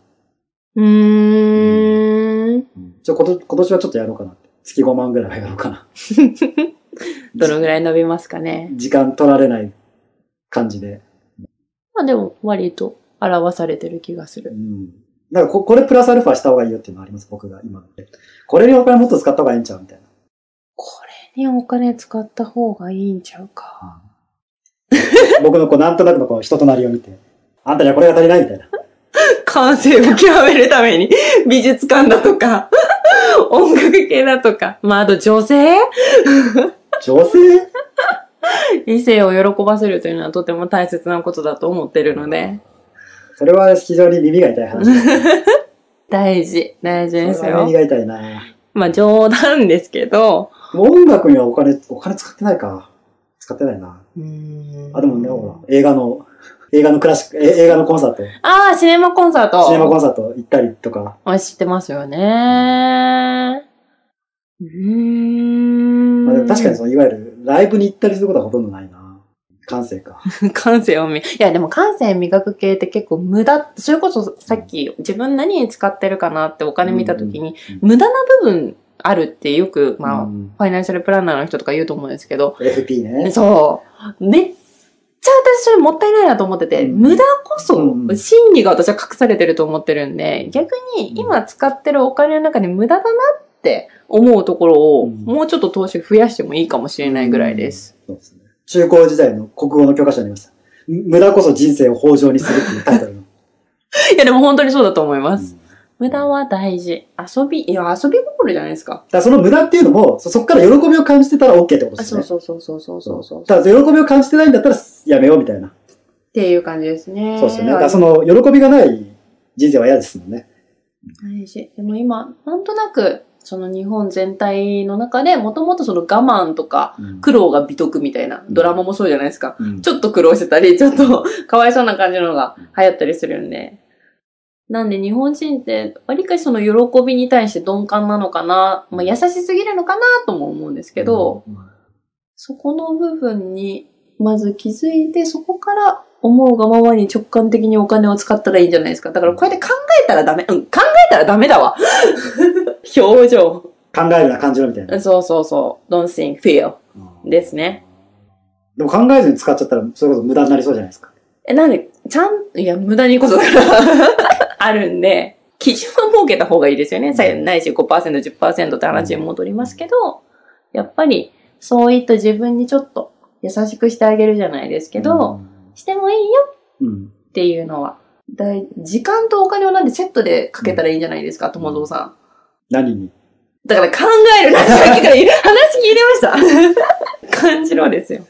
[SPEAKER 2] うーん。
[SPEAKER 1] ちょこと今年はちょっとやろうかなって。月5万ぐらいはやろうかな。
[SPEAKER 2] [laughs] どのぐ
[SPEAKER 1] い
[SPEAKER 2] らい伸びますかね。
[SPEAKER 1] 時間取られない感じで。
[SPEAKER 2] まあでも、割と表されてる気がす
[SPEAKER 1] う
[SPEAKER 2] る。
[SPEAKER 1] ん。なんかこ、これプラスアルファした方がいいよっていうのはあります、僕が今。これにお金もっと使った方がいいんちゃうみたいな。
[SPEAKER 2] これにお金使った方がいいんちゃうか。
[SPEAKER 1] 僕のこう、なんとなくのこう、人となりを見て。あんたにはこれが足りないみたいな。
[SPEAKER 2] 感性を極めるために、 [laughs] 美術館だとか、 [laughs] 音楽系だとか、まあ、あと女性
[SPEAKER 1] 女性
[SPEAKER 2] 異性を喜ばせるというのはとても大切なことだと思ってるので、
[SPEAKER 1] それは非常に耳が痛い話です。
[SPEAKER 2] 大事、大事です
[SPEAKER 1] それは耳
[SPEAKER 2] よ。
[SPEAKER 1] が痛いな
[SPEAKER 2] まあ、冗談ですけど、
[SPEAKER 1] もう音楽にはお金、お金使ってないか。使ってないなあ、でもね、ほら、映画の、映画のクラシック、え映画のコンサート、シ
[SPEAKER 2] ああ、シネマコンサート。
[SPEAKER 1] ネマコンサート行ったりとか、
[SPEAKER 2] あ知ってますよね。うーん。
[SPEAKER 1] まあ、でも確かにその、いわゆるライブに行ったりすることはほとんどないな感性か。
[SPEAKER 2] 感性を見、いやでも感性磨く系って結構無駄、それこそさっき自分何に使ってるかなってお金見たときに、
[SPEAKER 1] う
[SPEAKER 2] 無駄な部分あるってよく、まあ、
[SPEAKER 1] う
[SPEAKER 2] フ
[SPEAKER 1] ん
[SPEAKER 2] ァイナンシャルプランナーの人とか言うと思うんですけど、
[SPEAKER 1] FP ね。
[SPEAKER 2] そう。めっちゃ私それもったいないなと思ってて、
[SPEAKER 1] うん
[SPEAKER 2] 無駄こ
[SPEAKER 1] うん
[SPEAKER 2] そ真理が私は隠されてると思ってるんで、逆
[SPEAKER 1] うん
[SPEAKER 2] に今使ってるお金の中で無駄だなって思うところを、
[SPEAKER 1] うん
[SPEAKER 2] もうちょっと投資増やしてもいいかもしれないぐらいです。
[SPEAKER 1] そうですね。中高時代の国語の教科書にありました。む無駄こそ人生を豊穣にするっていうタイト
[SPEAKER 2] [laughs]
[SPEAKER 1] ルの。
[SPEAKER 2] いやでも本当にそうだと思います。
[SPEAKER 1] うん
[SPEAKER 2] 無駄は大事。遊び、いや、遊び心じゃないですか。
[SPEAKER 1] だからその無駄っていうのも、そそこから喜びを感じてたら OK ってことで
[SPEAKER 2] あ
[SPEAKER 1] す
[SPEAKER 2] そう
[SPEAKER 1] ね。
[SPEAKER 2] そうそうそうそうそうそう。った
[SPEAKER 1] だ、喜びを感じてないんだったらやめようみたいな。
[SPEAKER 2] ていう感じですね。
[SPEAKER 1] そうですよね。だからその、喜びがない人生は嫌ですもんね。
[SPEAKER 2] 大事。でも今、なんとなく、その日本全体の中で、もともとその我慢とか、苦労が美徳みたいな、ドラマもそうじゃないですか。
[SPEAKER 1] うん
[SPEAKER 2] ちょっと苦労してたり、ち [laughs] ょっとかわいそうな感じのが流行ったりするんで。なんで日本人って、わりかしその喜びに対して鈍感なのかな、まあ優しすぎるのかなとも思うんですけど、、そこの部分にまず気づいて、そこから思うがままに直感的にお金を使ったらいいんじゃないですか。だからこうやって考えたらダメ。うん、考えたらダメだわ。 [laughs] 表情。
[SPEAKER 1] 考えるな、感じろみたいな。
[SPEAKER 2] そうそうそう。don't think, feel. ですね。
[SPEAKER 1] でも考えずに使っちゃったら、それこそ無駄になりそうじゃないですか。
[SPEAKER 2] え、なんで、ちゃん、いや、無駄にこそだから、あるんで、 [laughs] 基準は設けた方がいいですよね。さないし5%、10%って話に戻りますけど、やっぱり、そういった自分にちょっと優しくしてあげるじゃないですけど、してもいいよ
[SPEAKER 1] うん、
[SPEAKER 2] っていうのは。だい時間とお金をなんでセットでかけたらいいんじゃないですか、友蔵さん。
[SPEAKER 1] 何に
[SPEAKER 2] だから考えるな、さっきから言う話聞いてました。 [laughs] 感じろですよ。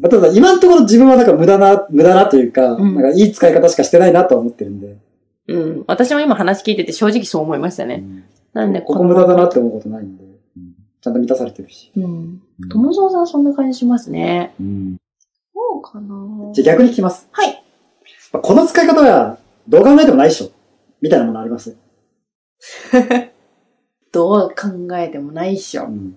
[SPEAKER 1] まあ、ただ、今のところ自分はなんか無駄な、無駄なというか、
[SPEAKER 2] うん
[SPEAKER 1] なんかいい使い方しかしてないなとは思ってるんで。
[SPEAKER 2] うん。私も今話聞いてて正直そう思いました
[SPEAKER 1] う
[SPEAKER 2] ね。
[SPEAKER 1] ん
[SPEAKER 2] なんで
[SPEAKER 1] ここ
[SPEAKER 2] の
[SPEAKER 1] 無駄だなって思うことないんで、ちゃんと満たされてるし。
[SPEAKER 2] うん。友蔵さんそんな感じしますね。
[SPEAKER 1] うん
[SPEAKER 2] そうかな
[SPEAKER 1] じゃあ逆に聞きます。
[SPEAKER 2] はい。
[SPEAKER 1] まあこの使い方が、どう考えてもないっしょ。みたいなものあります。
[SPEAKER 2] どう考えてもないっしょ
[SPEAKER 1] う。ん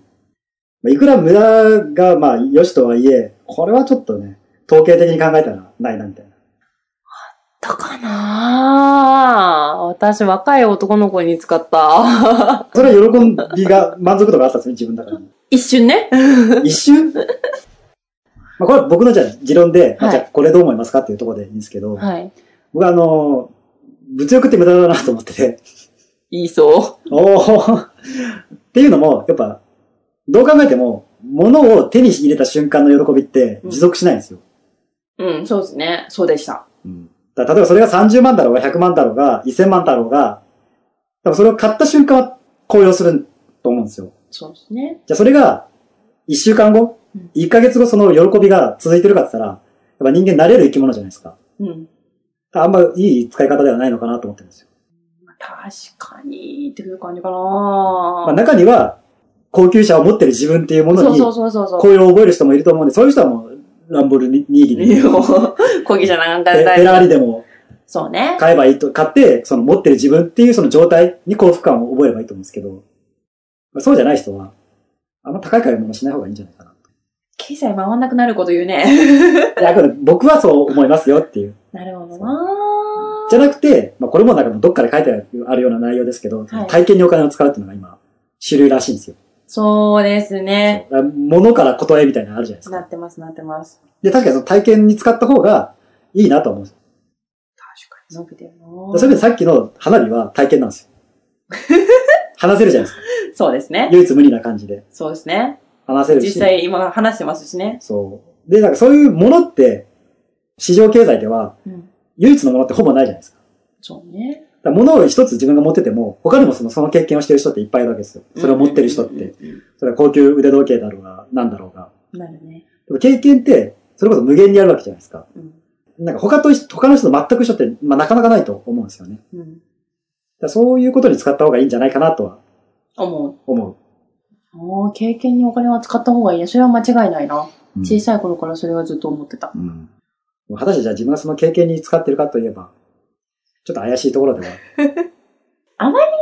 [SPEAKER 1] まあいくら無駄が、まあ、良しとはいえ、これはちょっとね、統計的に考えたらないな、みたいな。
[SPEAKER 2] たかなぁ私、若い男の子に使った。 [laughs]
[SPEAKER 1] それは喜びが、満足度があったんですね、自分だから。
[SPEAKER 2] 一瞬ね。
[SPEAKER 1] 一瞬まあこれは僕のじゃあ持論で、まあ
[SPEAKER 2] はい
[SPEAKER 1] じゃあこれどう思いますかっていうところでいいんですけど、
[SPEAKER 2] はい。
[SPEAKER 1] 僕はあの、物欲って無駄だなと思って
[SPEAKER 2] [laughs]
[SPEAKER 1] て、
[SPEAKER 2] 言いそ
[SPEAKER 1] おおっていうのも、やっぱ、どう考えても、物を手に入れた瞬間の喜びって持続しないんですよ。
[SPEAKER 2] う。うん、そうですね。そうでした。
[SPEAKER 1] だから例えばそれが30万だろうが100万だろうが1000万だろうが、多分それを買った瞬間は高揚すると思うんですよ。
[SPEAKER 2] そうですね。
[SPEAKER 1] じゃあそれが1週間後
[SPEAKER 2] うん、
[SPEAKER 1] 1ヶ月後その喜びが続いてるかって言ったら、やっぱ人間慣れる生き物じゃないですか。
[SPEAKER 2] うん。
[SPEAKER 1] あんまいい使い方ではないのかなと思ってるんですよ。
[SPEAKER 2] 確かに、っていう感じかな
[SPEAKER 1] まあ、
[SPEAKER 2] ぁ。
[SPEAKER 1] 中には高級車を持ってる自分っていうもの
[SPEAKER 2] そう
[SPEAKER 1] に
[SPEAKER 2] そうそうそうそう。
[SPEAKER 1] 高揚を覚える人もいると思うんで、そういう人はもうランボルニーニ
[SPEAKER 2] [laughs] い
[SPEAKER 1] で、
[SPEAKER 2] や講義じゃなかった
[SPEAKER 1] フェラーリでも
[SPEAKER 2] そうね。
[SPEAKER 1] 買えばいいと、買って、その持ってる自分っていうその状態に幸福感を覚えればいいと思うんですけど、まあ、そうじゃない人は、あんま高い買い物しない方がいいんじゃないかな。
[SPEAKER 2] 経済回んなくなること言うね。
[SPEAKER 1] [laughs] いや、あくまで僕はそう思いますよっていう。
[SPEAKER 2] なるほどな
[SPEAKER 1] じゃなくて、まあ、これもなんかどっかで書いてあるような内容ですけど、
[SPEAKER 2] はい
[SPEAKER 1] 体験にお金を使うっていうのが今、主流らしいんですよ。
[SPEAKER 2] そうですね。
[SPEAKER 1] そうだから物からことへみたいなのあるじゃないです
[SPEAKER 2] な
[SPEAKER 1] か。
[SPEAKER 2] ってます、なってます。
[SPEAKER 1] で、確かにその体験に使った方がいいなと思うんですよ。
[SPEAKER 2] 確かに。伸びてるな
[SPEAKER 1] でそれでさっきの花火は体験なん
[SPEAKER 2] [laughs]
[SPEAKER 1] ですよ。話せるじゃないですか。
[SPEAKER 2] そうですね。
[SPEAKER 1] 唯一無二な感じで。
[SPEAKER 2] そうですね。
[SPEAKER 1] 話せるし。
[SPEAKER 2] 実際今話してますしね。
[SPEAKER 1] そう。で、なんかそういうものって、市場経済では
[SPEAKER 2] うん。
[SPEAKER 1] 唯一のものってほぼないじゃないですか。
[SPEAKER 2] そうね。
[SPEAKER 1] だから物を一つ自分が持ってても、他にもそのその経験をしてる人っていっぱいいるわけですよ。それを持ってる人っ
[SPEAKER 2] うん
[SPEAKER 1] て。
[SPEAKER 2] うんうんうん
[SPEAKER 1] それは高級腕時計だろうが、なんだろうが。
[SPEAKER 2] なるね。
[SPEAKER 1] でも経験って、それこそ無限にあるわけじゃないですか。
[SPEAKER 2] うん。
[SPEAKER 1] なんか他と、他の人と全く一緒って、まあなかなかないと思うんですよね。
[SPEAKER 2] うん。
[SPEAKER 1] だからそういうことに使った方がいいんじゃないかなとは
[SPEAKER 2] 思
[SPEAKER 1] 思う。
[SPEAKER 2] う。もう経験にお金は使った方がいいね。それは間違いないな。
[SPEAKER 1] うん
[SPEAKER 2] 小さい頃からそれはずっと思ってた。
[SPEAKER 1] うん。果たしてじゃあ自分がその経験に使ってるかといえば、ちょっと怪しいところでは。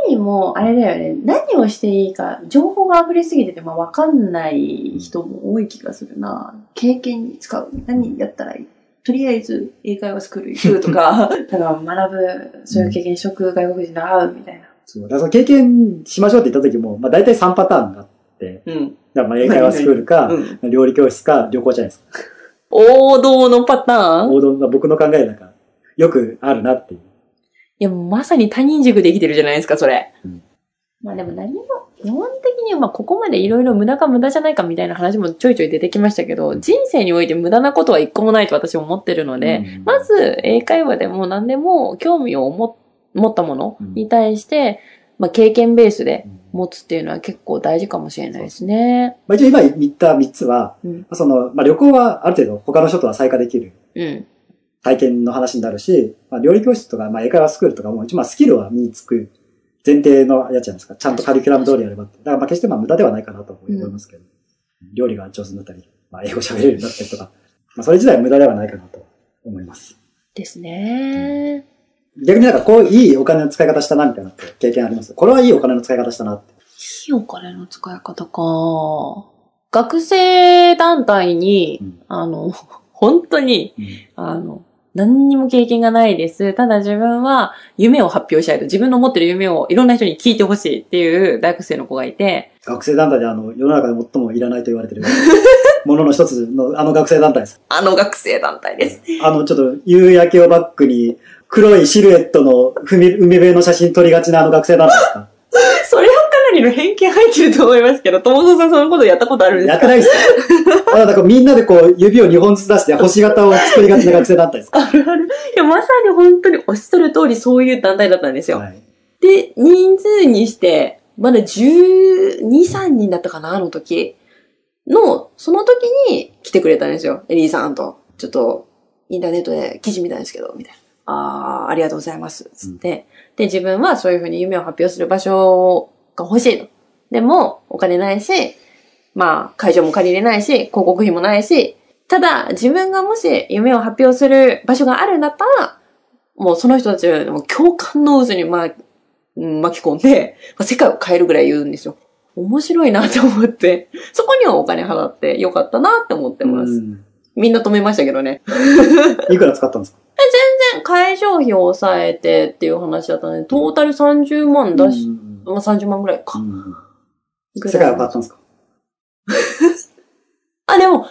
[SPEAKER 2] にも、あれだよね。何をしていいか、情報が溢れすぎてて、まあ、わかんない人も多い気がするな。経験に使う。何やったらいいとりあえず、英会話スクール行くと [laughs] か、だから学ぶ、そういう経験、職、外国人と会うみたいな。
[SPEAKER 1] そう。だからその経験しましょうって言った時も、まあ大体3パターンがあって、
[SPEAKER 2] うん。
[SPEAKER 1] だからまあ英会話スクールか、
[SPEAKER 2] うん。
[SPEAKER 1] 料理教室か、旅行じゃないですか。
[SPEAKER 2] 王道のパターンい
[SPEAKER 1] 王道が僕の考えなんか、よくあるなっていう。
[SPEAKER 2] や、もうまさに他人軸できてるじゃないですか、それ。
[SPEAKER 1] うん
[SPEAKER 2] まあでも何も、基本的にはまあここまでいろいろ無駄か無駄じゃないかみたいな話もちょいちょい出てきましたけど、人生において無駄なことは一個もないと私は思ってるので、
[SPEAKER 1] うん
[SPEAKER 2] まず、英会話でも何でも興味を持持ったものに対して、まあ、経験ベースで持つっていうのは結構大事かもしれないですね。
[SPEAKER 1] まあ一応今言った3つは、
[SPEAKER 2] うん。
[SPEAKER 1] その、まあ旅行はある程度他の人とは再開できる
[SPEAKER 2] うん。
[SPEAKER 1] 体験の話になるし、まあ料理教室とか、まあ英会話スクールとかも一応まあスキルは身につく前提のやつじゃないですか。ちゃんとカリキュラム通りやればって。だからまあ決してまあ無駄ではないかなと思いますけど、料理が上手になったり、まあ英語喋れるようになったりとか、まあそれ自体は無駄ではないかなと思います。
[SPEAKER 2] ですね。
[SPEAKER 1] 逆になんかこういいお金の使い方したなみたいなって経験ありますこれはいいお金の使い方したなって。
[SPEAKER 2] いいお金の使い方か。学生団体に、
[SPEAKER 1] うん
[SPEAKER 2] あの、 [laughs] 本当に、あの、何にも経験がないです。ただ自分は夢を発表したいと。自分の持ってる夢をいろんな人に聞いてほしいっていう大学生の子がいて、
[SPEAKER 1] 学生団体であの世の中で最もいらないと言われ [laughs] てるものの一つのあの学生団体です。
[SPEAKER 2] あの学生団体です。
[SPEAKER 1] あのちょっと夕焼けをバックに黒いシルエットのふみ海辺の写真撮りがちなあの学生団体ですか
[SPEAKER 2] それはかなりの偏見入ってると思いますけど、友蔵さんそのことやったことあるんで
[SPEAKER 1] やっ
[SPEAKER 2] す
[SPEAKER 1] て
[SPEAKER 2] か
[SPEAKER 1] ないですよ。あのなんかみんなでこう指を2本ずつ出して星型を作りがちな学生団体ですか
[SPEAKER 2] いや、まさに本当におっしゃる通りそういう団体だったんですよ。
[SPEAKER 1] はい。
[SPEAKER 2] で、人数にして、まだ12、3人だったかな、あの時。の、その時に来てくれたんですよ。エリーさんと。ちょっと、インターネットで記事見たんですけど、みたいな。ああ、ありがとうございます。つって。で、自分はそういうふうに夢を発表する場所が欲しいの。でも、お金ないし、まあ、会場も借りれないし、広告費もないし、ただ、自分がもし夢を発表する場所があるんだったら、もうその人たちを共感の渦に、まあ、うん巻き込んで、まあ世界を変えるぐらい言うんですよ。面白いなと思って、そこにはお金払ってよかったなって思ってます。
[SPEAKER 1] うん
[SPEAKER 2] みんな止めましたけどね。
[SPEAKER 1] いくら使ったんですか
[SPEAKER 2] 全然会場費を抑えてっていう話だったので、トータル30万出し、
[SPEAKER 1] うん
[SPEAKER 2] まあ30万ぐらいか。
[SPEAKER 1] うん
[SPEAKER 2] ぐ
[SPEAKER 1] 世界は
[SPEAKER 2] ら
[SPEAKER 1] 変わ
[SPEAKER 2] い
[SPEAKER 1] ったんですか
[SPEAKER 2] あ、でも、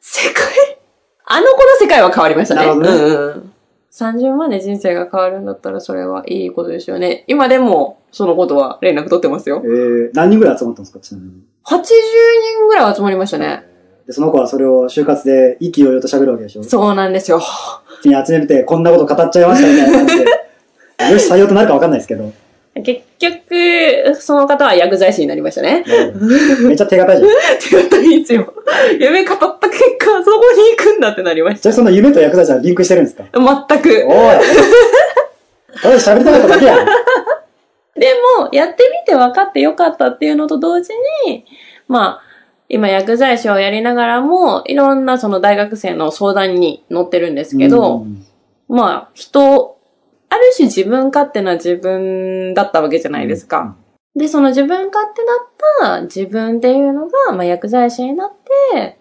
[SPEAKER 2] 世界、 [laughs] あの子の世界は変わりましたね。
[SPEAKER 1] なるほどね
[SPEAKER 2] うんうんうん。30万で人生が変わるんだったらそれはいいことですよね。今でもそのことは連絡取ってますよ
[SPEAKER 1] え。ー、何人ぐらい集まったんですかちなみに。
[SPEAKER 2] 80人ぐらい集まりましたね。
[SPEAKER 1] で、その子はそれを就活で意気揚々と喋るわけでしょ
[SPEAKER 2] そうなんですよ。
[SPEAKER 1] うに集めてこんなこと語っちゃいましたみたいな感じで。よし、採用となるかわかんないです
[SPEAKER 2] [laughs]
[SPEAKER 1] けど。
[SPEAKER 2] 結局、その方は薬剤師になりましたね。 [laughs]
[SPEAKER 1] めっちゃ手堅いじゃん。
[SPEAKER 2] って言ったらいいですよ。 [laughs] 夢語った結果、そこに行くんだってなりまし
[SPEAKER 1] じゃ
[SPEAKER 2] た
[SPEAKER 1] あ。その夢と薬剤師はリンクしてるんですか
[SPEAKER 2] 全く。
[SPEAKER 1] おいおい、喋りたかっただけやん。
[SPEAKER 2] でも、やってみて分かってよかったっていうのと同時に、まあ、今薬剤師をやりながらも、いろんなその大学生の相談に乗ってるんですけど、
[SPEAKER 1] うん
[SPEAKER 2] まあ、人、ある種自分勝手な自分だったわけじゃないですか。。で、その自分勝手だった自分っていうのが、まあ、薬剤師になって、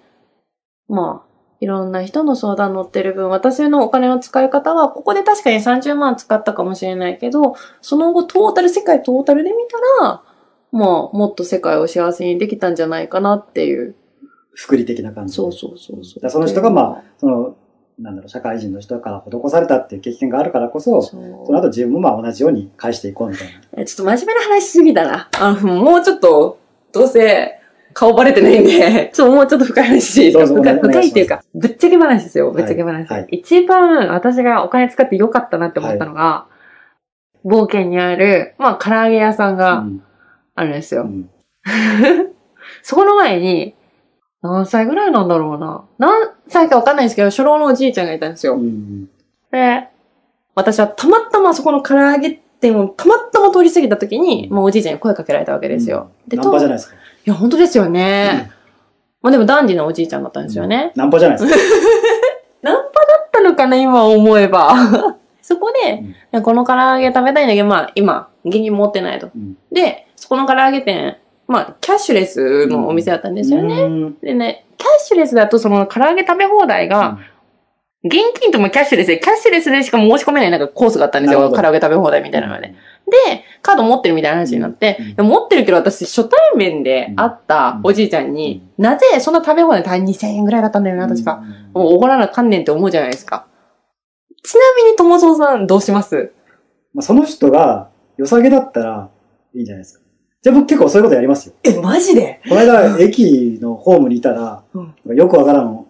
[SPEAKER 2] まあ、いろんな人の相談乗ってる分、私のお金の使い方は、ここで確かに30万使ったかもしれないけど、その後トータル、世界トータルで見たら、まあ、もっと世界を幸せにできたんじゃないかなっていう。
[SPEAKER 1] 福利的な感じ。
[SPEAKER 2] そうそうそうそ
[SPEAKER 1] だから
[SPEAKER 2] う。
[SPEAKER 1] その人がま
[SPEAKER 2] あ、
[SPEAKER 1] その、なんだろう、社会人の人から施されたっていう経験があるからこそ、その後自分もまあ同じように返していこうみたいな。
[SPEAKER 2] えちょっと真面目な話しすぎたな。あの、もうちょっと、どうせ、顔バレてないん
[SPEAKER 1] [laughs]
[SPEAKER 2] で、ちょっともうちょっと深い話
[SPEAKER 1] どうぞ
[SPEAKER 2] 深
[SPEAKER 1] お願い
[SPEAKER 2] い
[SPEAKER 1] します
[SPEAKER 2] 深いっていうか、ぶっちゃけ話ですよ、
[SPEAKER 1] い
[SPEAKER 2] ぶっちゃけ話。
[SPEAKER 1] はい
[SPEAKER 2] 一番私がお金使ってよかったなって思ったのが、冒険にある、まあ、唐揚げ屋さん
[SPEAKER 1] う
[SPEAKER 2] が
[SPEAKER 1] ん
[SPEAKER 2] あるんです
[SPEAKER 1] う
[SPEAKER 2] よ。
[SPEAKER 1] ん
[SPEAKER 2] そこの前に、何歳ぐらいなんだろうな。何歳かわかんないですけど、初老のおじいちゃんがいたんですよ。
[SPEAKER 1] うん
[SPEAKER 2] で、私はたまたまそこの唐揚げ店をたまたま通り過ぎた時に、まあ、おじいちゃんに声かけられたわけですよ。で、
[SPEAKER 1] ナンパじゃない
[SPEAKER 2] い
[SPEAKER 1] ですか。
[SPEAKER 2] いや、本当ですよね。
[SPEAKER 1] うん
[SPEAKER 2] まあでも、ダンディなおじいちゃんだったんですよね。
[SPEAKER 1] ナンパじゃないですか。
[SPEAKER 2] だったのかな、今思えば。 [laughs] そこで、
[SPEAKER 1] うん
[SPEAKER 2] いやこの唐揚げ食べたいんだけど、まあ、今、現金持ってないと。
[SPEAKER 1] うん
[SPEAKER 2] で、そこの唐揚げ店、まあ、キャッシュレスのお店だったんですよね。
[SPEAKER 1] ね。
[SPEAKER 2] でね、キャッシュレスだと、その唐揚げ食べ放題が、現金ともキャッシュレスで、キャッシュレスでしか申し込めないなんかコースがあったんです
[SPEAKER 1] なる
[SPEAKER 2] よ。
[SPEAKER 1] ほど
[SPEAKER 2] 唐揚げ食べ放題みたいなので。で、カード持ってるみたいな話になって、
[SPEAKER 1] うん
[SPEAKER 2] でも持ってるけど私初対面で会ったおじいちゃんに、なぜそんな食べ放題2000円ぐらいだったんだよな、確か。
[SPEAKER 1] うん。
[SPEAKER 2] もうおごらなあかんねんって思うじゃないですか。ちなみに友蔵さんどうします
[SPEAKER 1] まあその人が良さげだったらいいんじゃないですか。じゃあ僕結構そういうことやりますよ。
[SPEAKER 2] え、マジで
[SPEAKER 1] この間、駅のホームにいたら
[SPEAKER 2] うん、
[SPEAKER 1] よくわからんお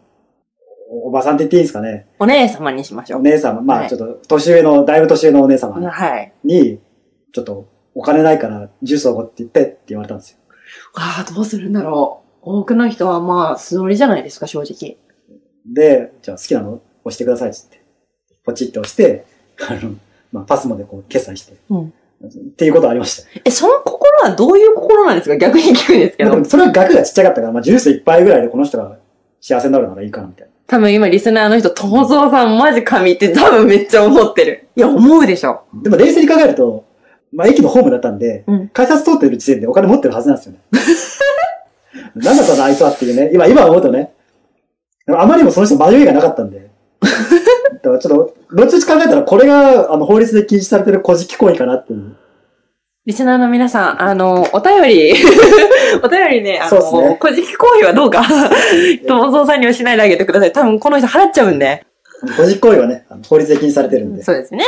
[SPEAKER 1] おばさんって言っていいんですかね。
[SPEAKER 2] お姉様にしましょ
[SPEAKER 1] お
[SPEAKER 2] う。
[SPEAKER 1] 姉様、ま
[SPEAKER 2] は
[SPEAKER 1] あ
[SPEAKER 2] い
[SPEAKER 1] ちょっと年上の、だいぶ年上のお姉様
[SPEAKER 2] はい。
[SPEAKER 1] に、ちょっとお金ないからジュースをおごって言ってって言われたんですよ。
[SPEAKER 2] ああ、どうするんだろう。多くの人はまあ、素通りじゃないですか、正直。
[SPEAKER 1] で、じゃあ好きなの押してくださいって言って、ポチって押して、あの、まあパスモでこう決済して、
[SPEAKER 2] うん
[SPEAKER 1] っていうことありました。
[SPEAKER 2] え、その心はどういう心なんですか逆に聞くんですけ
[SPEAKER 1] まあで
[SPEAKER 2] ど
[SPEAKER 1] も。それは額がちっちゃかったから、まあジュース一杯ぐらいでこの人が幸せになるならいいかなみたいな。
[SPEAKER 2] 多分今リスナーの人、友蔵さんマジ神って多分めっちゃ思ってる。いや、思うでしょ。
[SPEAKER 1] でも冷静に考えると、まあ駅のホームだったんで、
[SPEAKER 2] うん
[SPEAKER 1] 改札通ってる時点でお金持ってるはずなんですよね。 [laughs] なんだったのあいつはっていうね、今、今思うとね、でもあまりにもその人迷いがなかったんで、だからちょっと、後々考えたらこれがあの法律で禁止されてる古事記行為かなっていう。
[SPEAKER 2] リスナーの皆さん、あの、お便り、 [laughs] お便りね、あの、
[SPEAKER 1] そうっすね
[SPEAKER 2] 古事記行為はどう [laughs] か、友蔵さんにはしないであげてください。多分この人払っちゃうんで。
[SPEAKER 1] 古事記行為はね、あの法律で禁止されてるんで。
[SPEAKER 2] そうですね。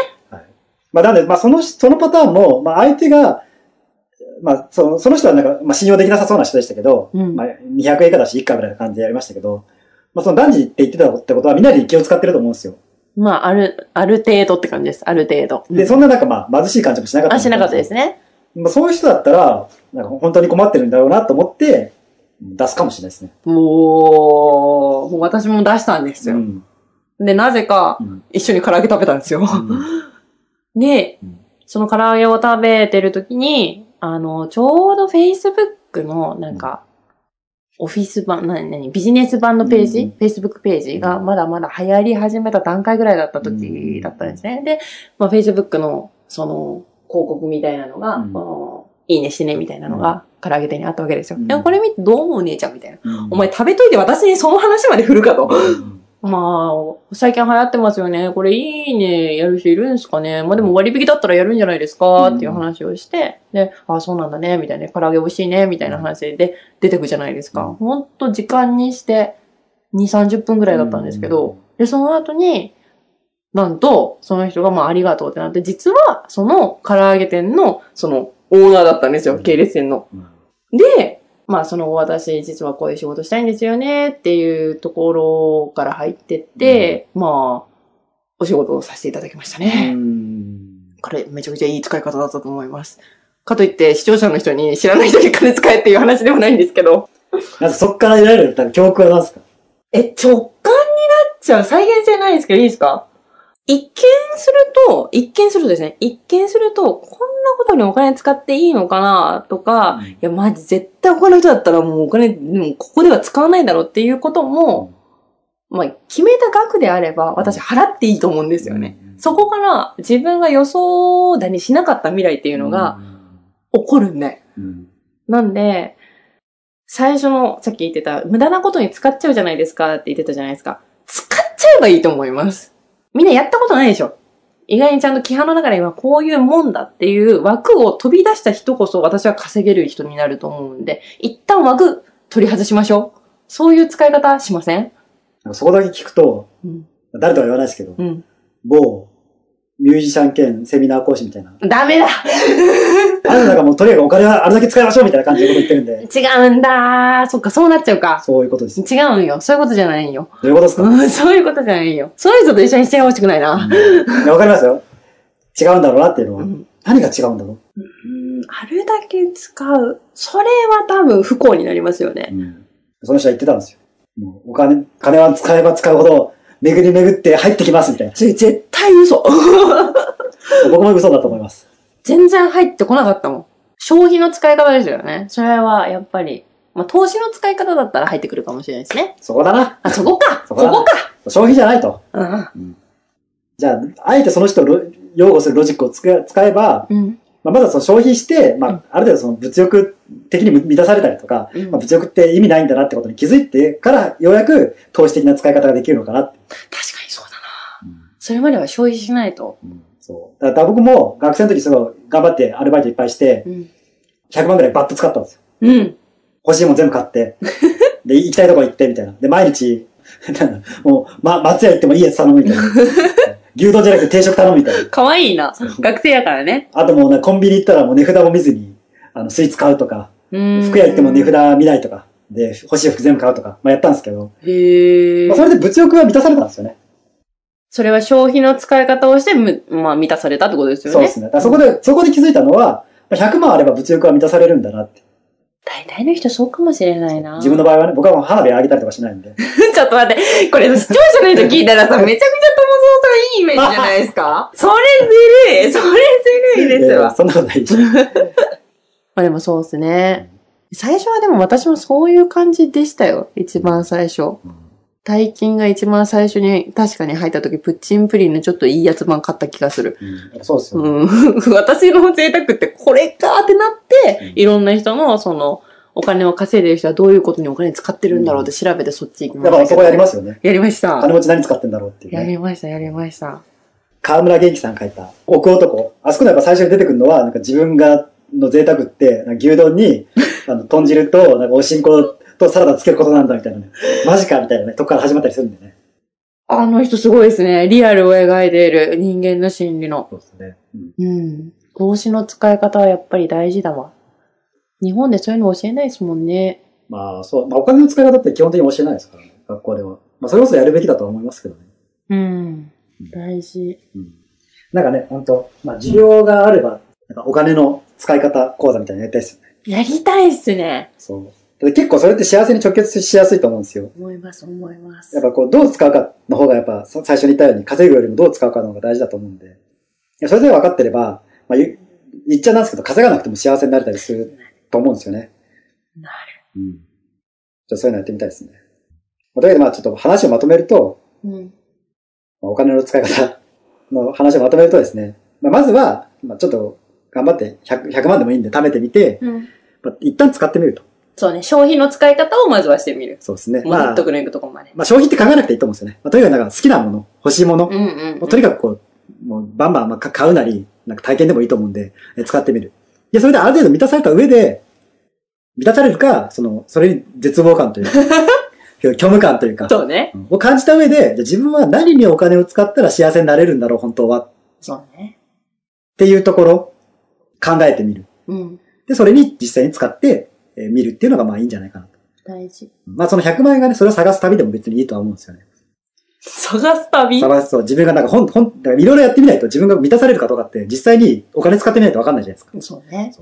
[SPEAKER 1] まあ、なんで、まあ、その、そのパターンも、まあ、相手が、まあ、その、その人はなんか、まあ、信用できなさそうな人でしたけど、
[SPEAKER 2] うん
[SPEAKER 1] まあ、200円以下だし、いっかぐらいな感じでやりましたけど、まあ、その男児って言ってたってことは、みんなに気を使ってると思うんですよ。
[SPEAKER 2] まあ、ある、ある程度って感じです。ある程度。
[SPEAKER 1] で、そんななんか、まあ、貧しい感じもしなかった。
[SPEAKER 2] あ、しなかったです。ね。
[SPEAKER 1] まあ、そういう人だったら、なんか、本当に困ってるんだろうなと思って、出すかもしれないですね。
[SPEAKER 2] もう、もう私も出したんですよ。
[SPEAKER 1] ん。
[SPEAKER 2] で、なぜか
[SPEAKER 1] う、ん。
[SPEAKER 2] 一緒に唐揚げ食べたんですよ。
[SPEAKER 1] うん
[SPEAKER 2] で
[SPEAKER 1] うん、
[SPEAKER 2] その唐揚げを食べてる時に、あの、ちょうど Facebook の、なんか、オフィス版、なになに、ビジネス版のページ、
[SPEAKER 1] うん
[SPEAKER 2] Facebook ページがまだまだ流行り始めた段階ぐらいだった時だったんですね。で、まあ、Facebook の、その、広告みたいなのが、
[SPEAKER 1] うん
[SPEAKER 2] このいいねしてね、みたいなのが、唐揚げ店にあったわけですよ。
[SPEAKER 1] うん
[SPEAKER 2] いやこれ見てどう [laughs] 思う姉ちゃんみたいな。
[SPEAKER 1] うん
[SPEAKER 2] お前食べといて私にその話まで振るかと。
[SPEAKER 1] うん
[SPEAKER 2] まあ、最近流行ってますよね。これいいね、やる人いるんですかね。まあでも割引だったらやるんじゃないですかっていう話をして、で、あ、そうなんだね、みたいな、唐揚げ美味しいね、みたいな話で出てくじゃないですか。
[SPEAKER 1] うん
[SPEAKER 2] ほんと時間にして2、30分ぐらいだったんですけど、で、その後に、なんと、その人がまあありがとうってなって、実はその唐揚げ店のそのオーナーだったんですよ、系列店の。
[SPEAKER 1] うん、
[SPEAKER 2] で、まあその私実はこういう仕事したいんですよねっていうところから入ってって、まあ、お仕事をさせていただきましたね。
[SPEAKER 1] うん
[SPEAKER 2] これめちゃくちゃいい使い方だったと思います。かといって視聴者の人に知らない人に金使えっていう話ではないんですけど。
[SPEAKER 1] なんかそっから得られる多分教訓は何ですか
[SPEAKER 2] え、直感になっちゃう。再現性ないですけどいいですか一見すると、一見するとですね、一見すると、こんなことにお金使っていいのかなとか、いや、マジ、絶対他の人だったらもうお金、もうここでは使わないだろうっていうことも、まあ、決めた額であれば、私払っていいと思うんですよね。
[SPEAKER 1] うん
[SPEAKER 2] そこから自分が予想だにしなかった未来っていうのが、起こるんで。
[SPEAKER 1] うん
[SPEAKER 2] なんで、最初の、さっき言ってた、無駄なことに使っちゃうじゃないですかって言ってたじゃないですか。使っちゃえばいいと思います。みんなやったことないでしょ。意外にちゃんと規範の中で今こういうもんだっていう枠を飛び出した人こそ私は稼げる人になると思うんで、一旦枠取り外しましょう。そういう使い方しません
[SPEAKER 1] なんかそこだけ聞くと、
[SPEAKER 2] うん。
[SPEAKER 1] 誰とは言わないですけど、
[SPEAKER 2] うん。
[SPEAKER 1] 某ミュージシャン兼セミナー講師みたいな。
[SPEAKER 2] ダメだ
[SPEAKER 1] あなたがもうとにかくお金はあれだけ使いましょうみたいな感じのこと言ってるんで、
[SPEAKER 2] 違うんだそっか、そうなっちゃうか。
[SPEAKER 1] そういうことです。ど
[SPEAKER 2] 違うんよ。そういうことじゃないよ。
[SPEAKER 1] ういうことですか、
[SPEAKER 2] うん、そういうことじゃないよ。そういう人と一緒にしてほしくないな。
[SPEAKER 1] いやわかりますよ。違うんだろうなっていうのは。
[SPEAKER 2] うん
[SPEAKER 1] 何が違うんだろ
[SPEAKER 2] うんあるだけ使う。それは多分不幸になりますよ
[SPEAKER 1] う、
[SPEAKER 2] ね。
[SPEAKER 1] その人は言ってたんですよ。もうお金、金は使えば使うほど、巡り巡って入ってきますみたいな。
[SPEAKER 2] それ絶対嘘。 [laughs]
[SPEAKER 1] 僕も嘘だと思います。
[SPEAKER 2] 全然入ってこなかったもん。消費の使い方ですよね。それはやっぱり。まあ、投資の使い方だったら入ってくるかもしれないですね。
[SPEAKER 1] そこだな。 [laughs]
[SPEAKER 2] あ、そこか
[SPEAKER 1] そ
[SPEAKER 2] そ
[SPEAKER 1] こだ
[SPEAKER 2] こか
[SPEAKER 1] 消費じゃないと。
[SPEAKER 2] うん
[SPEAKER 1] じゃあ、あえてその人をロ擁護するロジックを使え使えば、
[SPEAKER 2] うん。
[SPEAKER 1] まあ、まずはその消費して、ま
[SPEAKER 2] う
[SPEAKER 1] あ、ある程度その物欲的に満たされたりとか、
[SPEAKER 2] うん
[SPEAKER 1] まあ、物欲って意味ないんだなってことに気づいてから、ようやく投資的な使い方ができるのかなって。
[SPEAKER 2] 確かにそうだな。それまでは消費しないと。
[SPEAKER 1] そう。だから僕も学生の時すごい頑張ってアルバイトいっぱいして、
[SPEAKER 2] うん。
[SPEAKER 1] 100万ぐらいバッと使ったんですよ
[SPEAKER 2] うん。
[SPEAKER 1] 欲しいもん全部買っ
[SPEAKER 2] [laughs]
[SPEAKER 1] て、で、行きたいとこ行って、みたいな。で、毎日、なんだもう、ま、松屋行ってもいいやつ頼むみた
[SPEAKER 2] [laughs]
[SPEAKER 1] いな。牛丼じゃなくて定食頼むみたいな。
[SPEAKER 2] かわいいな。学生やからね。
[SPEAKER 1] あともうな、コンビニ行ったらもう値札も見ずに、あの、スイーツ買うとか、
[SPEAKER 2] うん。
[SPEAKER 1] 服屋行っても値札見ないとか、で、欲しい服全部買うとか、まあ、やったんですけど、
[SPEAKER 2] へ
[SPEAKER 1] まあ、
[SPEAKER 2] え
[SPEAKER 1] そ。れで物欲は満たされたんですよね。
[SPEAKER 2] それは消費の使い方をして、むまあ、満たされたってことですよね。
[SPEAKER 1] そうですね。だからそこで、そこで気づいたのは、まあ100万あれば物欲は満たされるんだなって。
[SPEAKER 2] 大体の人そうかもしれないな。
[SPEAKER 1] 自分の場合はね、僕はもう花火あげたりとかしないんで。
[SPEAKER 2] [laughs] ちょっと待って、これ視聴者の人聞いた [laughs] らさ、めちゃくちゃ友蔵さんいいイメージじゃないです [laughs] かそれずるいそれずるいです
[SPEAKER 1] いや
[SPEAKER 2] わ。
[SPEAKER 1] そんなことないでしょ。
[SPEAKER 2] まあでもそうですね。最初はでも私もそういう感じでしたよ。一番最初。大金が一番最初に確かに入った時、プッチンプリンのちょっといいやつ版買った気がする。
[SPEAKER 1] うんそうですよね。
[SPEAKER 2] うん、 [laughs] 私の贅沢ってこれかってなって、
[SPEAKER 1] うん
[SPEAKER 2] いろんな人のその、お金を稼いでる人はどういうことにお金使ってるんだろうって調べてそっち行き
[SPEAKER 1] だ
[SPEAKER 2] まし
[SPEAKER 1] からそ
[SPEAKER 2] たけど。
[SPEAKER 1] こやりますよね。
[SPEAKER 2] やりました。
[SPEAKER 1] 金持ち何使ってんだろうっていう、ね。
[SPEAKER 2] やりました、やりました。
[SPEAKER 1] 河村元気さんが書いた、奥男。あそこのやっぱ最初に出てくるのは、なんか自分が、の贅沢って、なんか牛丼
[SPEAKER 2] [laughs]
[SPEAKER 1] に、あの、豚汁と、なんかおしんことサラダつけることなんだみたいなね。マジかみたいなね、とこから始まったりするんでね。
[SPEAKER 2] あの人すごいですね。リアルを描いている人間の心理の。
[SPEAKER 1] そうですね。
[SPEAKER 2] うん。帽子の使い方はやっぱり大事だわ。日本でそういうの教えないですもんね。
[SPEAKER 1] まあ、そう、まあお金の使い方って基本的に教えないですからね、学校では。まあ、それこそやるべきだとは思いますけどね。
[SPEAKER 2] うん。大事。
[SPEAKER 1] うん。なんかね、本当まあ、需要があれば、なんかお金の使い方講座みたいなのやりたいですよね。
[SPEAKER 2] やりたいっすね。
[SPEAKER 1] そう。で結構それって幸せに直結しやすいと思うんですよ。
[SPEAKER 2] 思います、思いま
[SPEAKER 1] や
[SPEAKER 2] す
[SPEAKER 1] っ。ぱこう、どう使うかの方がやっぱ、さ最初に言ったように、稼ぐよりもどう使うかの方が大事だと思うんで、いやそれで分かってれば、まあ、言言っちゃなんですけど、稼がなくても幸せになれたりすると思うんですよね。
[SPEAKER 2] な
[SPEAKER 1] る。うん。じゃあそういうのやってみたいですね。まあというわけで、まあちょっと話をまとめると、
[SPEAKER 2] うん。
[SPEAKER 1] まあお金の使い方の話をまとめるとですね、まあ、まずは、まあ、ちょっと、頑張って100、100万でもいいんで貯めてみて、
[SPEAKER 2] うん。
[SPEAKER 1] まあ、一旦使ってみると。
[SPEAKER 2] そうね、消費の使い方をまずはしてみる。
[SPEAKER 1] そうですね。
[SPEAKER 2] もう
[SPEAKER 1] ま
[SPEAKER 2] 納
[SPEAKER 1] あ、
[SPEAKER 2] 得のいくところまで。
[SPEAKER 1] まあ、消費って考えなくていいと思うんですよね。まあ、とにかくなんか好きなもの、欲しいもの、
[SPEAKER 2] うんうん
[SPEAKER 1] もうとにかくこう、もうバンバンまあか買うなり、なんか体験でもいいと思うんで、え使ってみる。で、それである程度満たされた上で、満たされるか、その、それに絶望感と
[SPEAKER 2] [laughs]
[SPEAKER 1] いうか、虚無感というか、
[SPEAKER 2] そうね。
[SPEAKER 1] を感じた上で、じゃあ自分は何にお金を使ったら幸せになれるんだろう、本当は。っ
[SPEAKER 2] そうね。
[SPEAKER 1] ていうところ、考えてみる。
[SPEAKER 2] うん。
[SPEAKER 1] で、それに実際に使って、えー見るっていうのがまあいいんじゃないかなと。
[SPEAKER 2] 大事。
[SPEAKER 1] まあその100万円がね、それを探す旅でも別にいいとは思うんですよね。
[SPEAKER 2] 探す旅
[SPEAKER 1] 探すと、自分がなんか本、本、だからいろいろやってみないと自分が満たされるかどうかって、実際にお金使ってみないとわかんないじゃないですか。
[SPEAKER 2] そうね。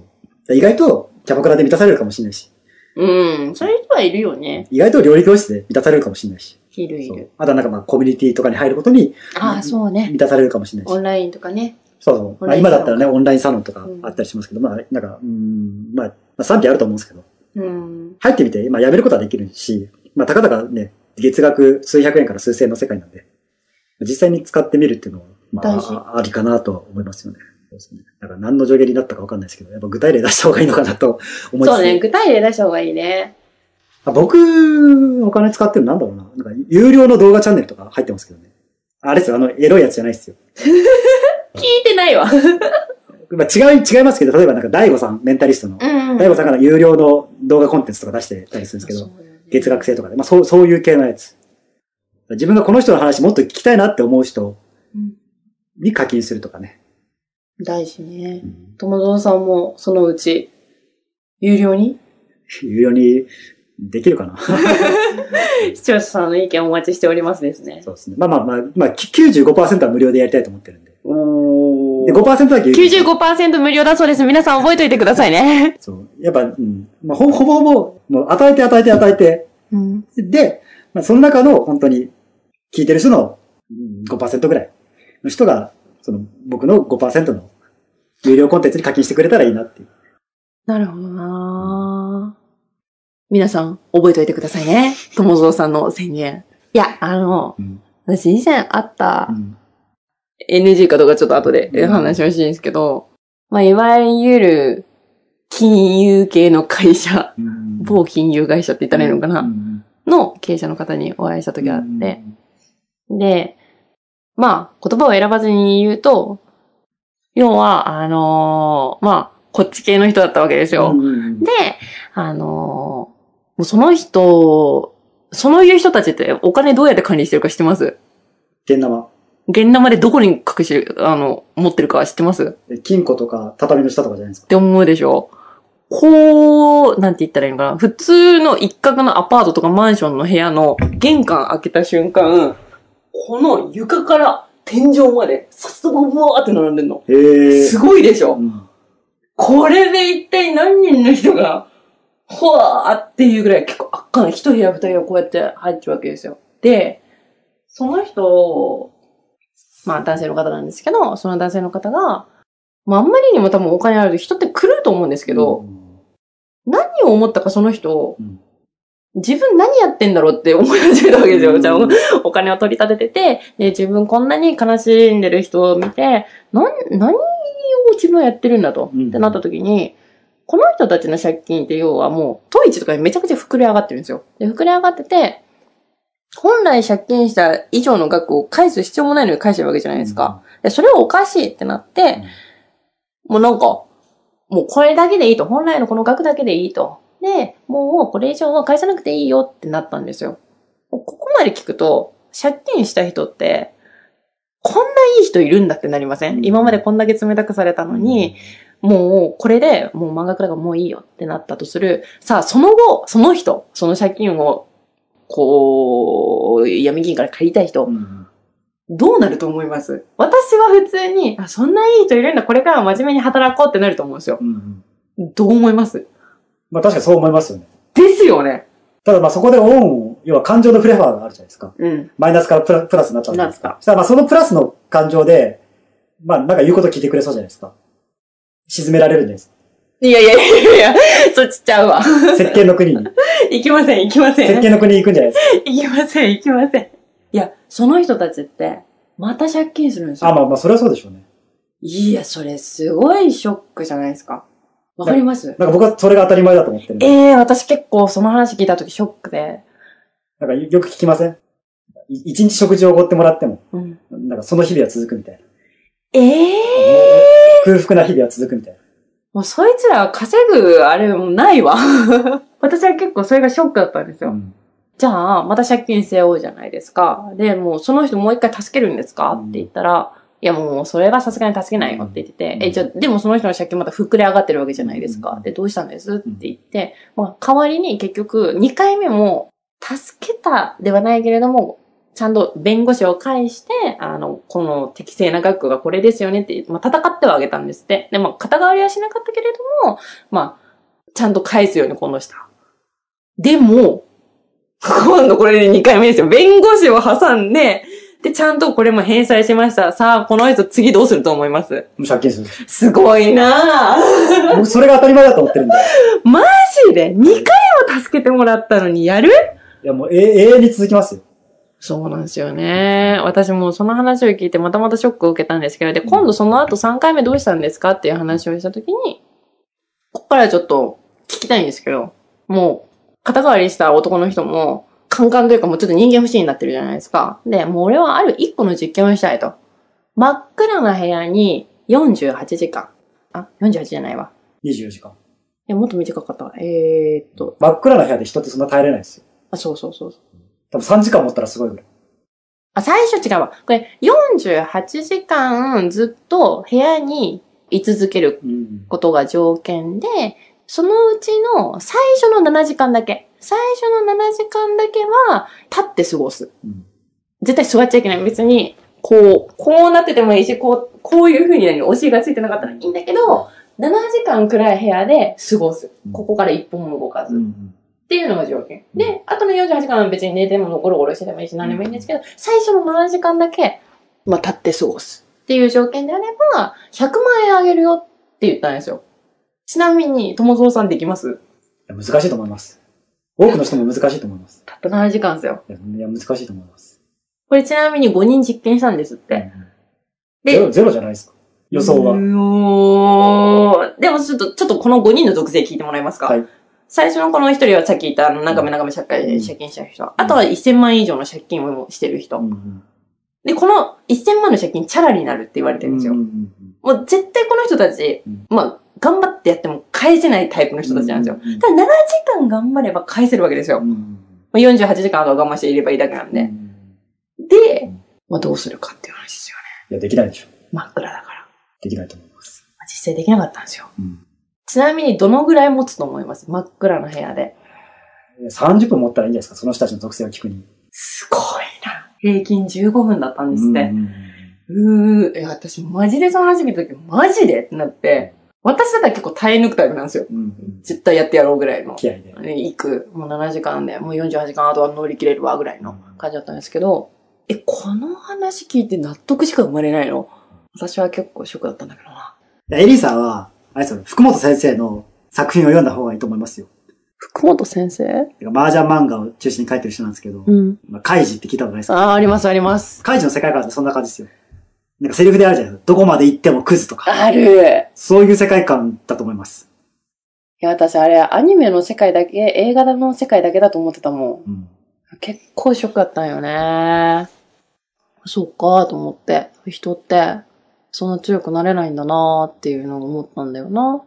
[SPEAKER 1] 意外とキャバクラで満たされるかもしれないし、
[SPEAKER 2] うん。そういう人はいるよね。
[SPEAKER 1] 意外と料理教室で満たされるかもしれないし、
[SPEAKER 2] いるい
[SPEAKER 1] そう
[SPEAKER 2] る。
[SPEAKER 1] あとはなんかまあコミュニティとかに入ることに
[SPEAKER 2] ああ、そうね。
[SPEAKER 1] 満たされるかもしれない
[SPEAKER 2] オ
[SPEAKER 1] し、
[SPEAKER 2] ンラインとかね。
[SPEAKER 1] そうそう。
[SPEAKER 2] オン
[SPEAKER 1] ま
[SPEAKER 2] ラ
[SPEAKER 1] あ
[SPEAKER 2] イン
[SPEAKER 1] 今だったらね、オンラインサロンとか
[SPEAKER 2] うん
[SPEAKER 1] あったりしますけど、まあなんか、うん、まあ、まあ賛否あると思うんですけど、
[SPEAKER 2] うん。
[SPEAKER 1] 入ってみて、まあ辞めることはできるし、まあたかだかね、月額数百円から数千円の世界なんで、実際に使ってみるっていうのは、ま
[SPEAKER 2] 大事
[SPEAKER 1] あ、あありかなとは思いますよね。そうですね。だから何の助言になったかわかんないですけど、やっぱ具体例出した方がいいのかなと思いま
[SPEAKER 2] そ
[SPEAKER 1] す
[SPEAKER 2] うね。具体例出した方がいいね。
[SPEAKER 1] あ僕、お金使ってるのなんだろうな。なんか、有料の動画チャンネルとか入ってますけどね。あれですよ、あの、エロいやつじゃないですよ。
[SPEAKER 2] 聞いてないわ。
[SPEAKER 1] まあ、違い、違いますけど、例えばなんか、大悟さん、メンタリストの。
[SPEAKER 2] うん。
[SPEAKER 1] 大悟さんから有料の動画コンテンツとか出してたりするんですけど、
[SPEAKER 2] そうだよね
[SPEAKER 1] 月額制とかで。まあ、そう、そういう系のやつ。自分がこの人の話もっと聞きたいなって思う人
[SPEAKER 2] うん
[SPEAKER 1] に課金するとかね。
[SPEAKER 2] 大事ね。友蔵さんもそのうち、有料に
[SPEAKER 1] 有料にできる
[SPEAKER 2] [laughs]
[SPEAKER 1] かな。
[SPEAKER 2] 視聴者さんの意見お待ちしておりますですね。
[SPEAKER 1] そうですね。まあまあまあ、まあ、95%は無料でやりたいと思ってるんで。
[SPEAKER 2] お
[SPEAKER 1] で、5%だけ有料
[SPEAKER 2] 95%無料だそうです。皆さん覚えといてくださいね。
[SPEAKER 1] そう。やっぱ、うん。まあ、ほほぼほぼ、もう与えて与えて与えて。
[SPEAKER 2] うん。
[SPEAKER 1] で、まあ、その中の本当に聞いてる人のうん5%ぐらいの人が、その僕の5%の有料コンテンツに課金してくれたらいいなっていう。
[SPEAKER 2] なるほどなぁ皆さん覚えといてくださいね。友蔵さんの宣言。いや、あの、
[SPEAKER 1] うん
[SPEAKER 2] 私以前あった
[SPEAKER 1] うん。
[SPEAKER 2] NG かどうかちょっと後
[SPEAKER 1] う
[SPEAKER 2] で
[SPEAKER 1] ん
[SPEAKER 2] 話をしてほしいんですけど、まあ、いわゆる金融系の会社、
[SPEAKER 1] うん
[SPEAKER 2] 某金融会社って言ったらいいのかな、
[SPEAKER 1] うん
[SPEAKER 2] の経営者の方にお会いした時があって、で、まあ、言葉を選ばずに言うと、要は、あのーまあ、こっち系の人だったわけですよ。
[SPEAKER 1] うんうん
[SPEAKER 2] で、あのーもうその人、そのいう人たちってお金どうやって管理してるか知ってます
[SPEAKER 1] 現生。
[SPEAKER 2] 現生でどこに隠し、あの、持ってるか知ってますっ
[SPEAKER 1] で金庫とか畳の下とかじゃないですか。
[SPEAKER 2] て思うでしょこう、なんて言ったらいいのかな。普通の一角のアパートとかマンションの部屋の玄関開けた瞬間、この床から天井まで、さっそくブワーって並んでんの。
[SPEAKER 1] へえ。
[SPEAKER 2] すごいでしょ
[SPEAKER 1] うん
[SPEAKER 2] これで一体何人の人が、ほわーっていうぐらい結構あっかない。一部屋二部屋こうやって入っちゃうわけですよ。で、その人、まあ男性の方なんですけど、その男性の方が、まああんまりにも多分お金あると人って狂うと思うんですけど、
[SPEAKER 1] うん
[SPEAKER 2] 何を思ったかその人、
[SPEAKER 1] うん
[SPEAKER 2] 自分何やってんだろうって思い始めたわけですよ。じゃあ
[SPEAKER 1] うん
[SPEAKER 2] [laughs] お金を取り立ててて、で、自分こんなに悲しんでる人を見て、なん、何を自分はやってるんだと、
[SPEAKER 1] うん
[SPEAKER 2] ってなった時に、この人たちの借金って要はもう、トイチとかにめちゃくちゃ膨れ上がってるんですよ。で、膨れ上がってて、本来借金した以上の額を返す必要もないのに返してるわけじゃないですか。。で、それはおかしいってなって、もうなんか、もうこれだけでいいと。本来のこの額だけでいいと。で、もうこれ以上は返さなくていいよってなったんですよ。もうここまで聞くと、借金した人って、こんないい人いるんだってなりませ
[SPEAKER 1] うんん
[SPEAKER 2] 今までこんだけ冷たくされたのに、もうこれでもう満額だからもういいよってなったとする。さあ、その後、その人、その借金を、こう、闇金から借りたい人
[SPEAKER 1] う、ん、
[SPEAKER 2] どうなると思います私は普通に、あ、そんないい人いるんだ、これからは真面目に働こうってなると思うんですよ。
[SPEAKER 1] うんうん
[SPEAKER 2] どう思います
[SPEAKER 1] まあ確かにそう思いますよね。
[SPEAKER 2] ですよね。
[SPEAKER 1] ただまあそこでオンを、要は感情の振れ幅があるじゃないですか。
[SPEAKER 2] うん。
[SPEAKER 1] マイナスからプラプラスになったわけです
[SPEAKER 2] なった
[SPEAKER 1] か。そしたら、まあそのプラスの感情で、まあなんか言うこと聞いてくれそうじゃないですか。沈められるんですか。
[SPEAKER 2] いやいやいやいやそっちちゃうわ。 [laughs]
[SPEAKER 1] 石鹸の国に。
[SPEAKER 2] 行きません、行きませ
[SPEAKER 1] 石
[SPEAKER 2] ん。行
[SPEAKER 1] 鹸の国に行くんじゃないです
[SPEAKER 2] きません、行きません。いや、その人たちって、また借金するんです
[SPEAKER 1] か。あ、
[SPEAKER 2] よ。
[SPEAKER 1] まあまあそれはそうでしょうね。
[SPEAKER 3] いや、それすごいショックじゃないですか。わかります
[SPEAKER 1] なんか僕はそれが当たり前だと思ってるんで。
[SPEAKER 2] ええ私結構その話聞いた時ショックで。
[SPEAKER 1] なんかよく聞きませんい一日食事をおごってもらっても、
[SPEAKER 2] うん、
[SPEAKER 1] なんかその日々は続くみたいな。
[SPEAKER 2] ええ
[SPEAKER 1] 空腹な日々は続くみたいな。
[SPEAKER 2] もうそいつら稼ぐあれもないわ。 [laughs] 私は結構それがショックだったんですよ。
[SPEAKER 1] うん
[SPEAKER 2] じゃあ、また借金背負うじゃないですか。で、もうその人もう一回助けるんですかって言ったら、いやもうそれはさすがに助けないよって言ってて、
[SPEAKER 1] うん
[SPEAKER 2] え、じゃあ、でもその人の借金また膨れ上がってるわけじゃないですか
[SPEAKER 1] う。ん
[SPEAKER 2] で、どうしたんですって言って、まあ代わりに結局2回目も助けたではないけれども、ちゃんと弁護士を介して、あの、この適正な額がこれですよねって、まあ戦ってはあげたんですって。で、まあ肩代わりはしなかったけれども、まあ、ちゃんと返すようにこの人は。でも、今度これで2回目ですよ。弁護士を挟んで、で、ちゃんとこれも返済しました。さあ、この人次どうすると思います
[SPEAKER 1] もう借金する。
[SPEAKER 2] すごいなぁ。
[SPEAKER 1] 僕それが当たり前だと思ってるんで。
[SPEAKER 2] マジで ?2 回も助けてもらったのにやる
[SPEAKER 1] いやもうえ永遠に続きますよ。
[SPEAKER 2] そうなんですよね。私もその話を聞いてまたまたショックを受けたんですけど、で、今度その後3回目どうしたんですかっていう話をしたときに、ここからちょっと聞きたいんですけど、もう、肩代わりした男の人も、カンカンというかもうちょっと人間不信になってるじゃないですか。で、もう俺はある一個の実験をしたいと。真っ暗な部屋に48時間。あ、48じゃないわ。
[SPEAKER 1] 24時間。
[SPEAKER 2] いや、もっと短かったわ。えー、っと、
[SPEAKER 1] 真っ暗な部屋で人ってそんな耐えれないですよ。
[SPEAKER 2] あ、そうそうそうそう。
[SPEAKER 1] 多分3時間持ったらすごいぐらい。
[SPEAKER 2] あ、最初違うわ。これ、48時間ずっと部屋に居続ける
[SPEAKER 1] うん。
[SPEAKER 2] ことが条件で、そのうちの最初の7時間だけ。最初の7時間だけは、立って過ごす。
[SPEAKER 1] うん
[SPEAKER 2] 絶対座っちゃいけない。別に、こう、こうなっててもいいし、こう、こういう風に何、お尻がついてなかったらいいんだけど、7時間くらい部屋で過ごす
[SPEAKER 1] う。ん
[SPEAKER 2] ここから一歩も動かず。
[SPEAKER 1] うん。
[SPEAKER 2] っていうのが条件。で、あとの48時間は別に寝てもゴロゴロしててもいいし何でもいいんですけど、最初の7時間だけ、まあ、立って過ごす。っていう条件であれば、100万円あげるよって言ったんですよ。ちなみに、友蔵さんできま
[SPEAKER 1] い
[SPEAKER 2] す
[SPEAKER 1] や難しいと思います。多くの人も難しいと思います。
[SPEAKER 2] たった7時間ですよ。
[SPEAKER 1] いや、いや難しいと思います。
[SPEAKER 2] これちなみに5人実験したんですって。
[SPEAKER 1] うん
[SPEAKER 2] で
[SPEAKER 1] ゼロ、ゼロじゃないですか。予想は。
[SPEAKER 2] は。でもちょっと、ちょっとこの5人の属性聞いてもらえますか
[SPEAKER 1] はい
[SPEAKER 2] 最初のこの1人はさっき言った、あの、長め長め借金借金した人。あとは1000万円以上の借金をしてる人。
[SPEAKER 1] うん
[SPEAKER 2] で、この1000万の借金チャラになるって言われてるんですよ。
[SPEAKER 1] うんうん
[SPEAKER 2] もう絶対この人たち、
[SPEAKER 1] うん
[SPEAKER 2] まあ、頑張ってやっても返せないタイプの人たちなんですよ。
[SPEAKER 1] うん
[SPEAKER 2] ただ7時間頑張れば返せるわけですよ。
[SPEAKER 1] う
[SPEAKER 2] も
[SPEAKER 1] んうん
[SPEAKER 2] う48時間あと我慢していればいいだけなん
[SPEAKER 1] う
[SPEAKER 2] で。
[SPEAKER 1] ん
[SPEAKER 2] で、まあどうするかっていう話ですよ
[SPEAKER 1] いや、できないでしょ。
[SPEAKER 2] ね。真っ暗だから。ま
[SPEAKER 1] できないと思います。
[SPEAKER 2] あ実際できなかったんですよ。
[SPEAKER 1] うん
[SPEAKER 2] ちなみにどのぐらい持つと思います真っ暗な部屋で。
[SPEAKER 1] いや30分持ったらいいんじゃないですか。その人たちの属性を聞くに。
[SPEAKER 2] すごいな。平均15分だったんですって
[SPEAKER 1] う。ん
[SPEAKER 2] うー、いや、私マジでその話見た時、マジでってなって、私だったら結構耐え抜くタイプなんですよ。
[SPEAKER 1] うんうん。
[SPEAKER 2] 絶対やってやろうぐらいの。
[SPEAKER 1] 気合で。
[SPEAKER 2] ね行く、もう7時間で、もう48時間あとは乗り切れるわ、ぐらいの感じだったんですけど、え、この話聞いて納得しか生まれないの私は結構ショックだったんだけどな。
[SPEAKER 1] いやエリーさんは、あれですよ、福本先生の作品を読んだ方がいいと思いますよ。
[SPEAKER 2] 福本先生
[SPEAKER 1] 麻雀漫画を中心に書いてる人なんですけど、
[SPEAKER 2] うん。
[SPEAKER 1] まあ、カイジって聞いたことないですか
[SPEAKER 2] ああ、あります、あります。
[SPEAKER 1] カイジの世界観ってそんな感じですよ。なんかセリフであるじゃないですか。どこまで行ってもクズとか。
[SPEAKER 2] ある。
[SPEAKER 1] そういう世界観だと思います。
[SPEAKER 2] いや、私、あれ、アニメの世界だけ、映画の世界だけだと思ってたも
[SPEAKER 1] うん。
[SPEAKER 2] ん。結構ショックだったんよね。そうか、と思って。人って、そんな強くなれないんだなーっていうのを思ったんだよな。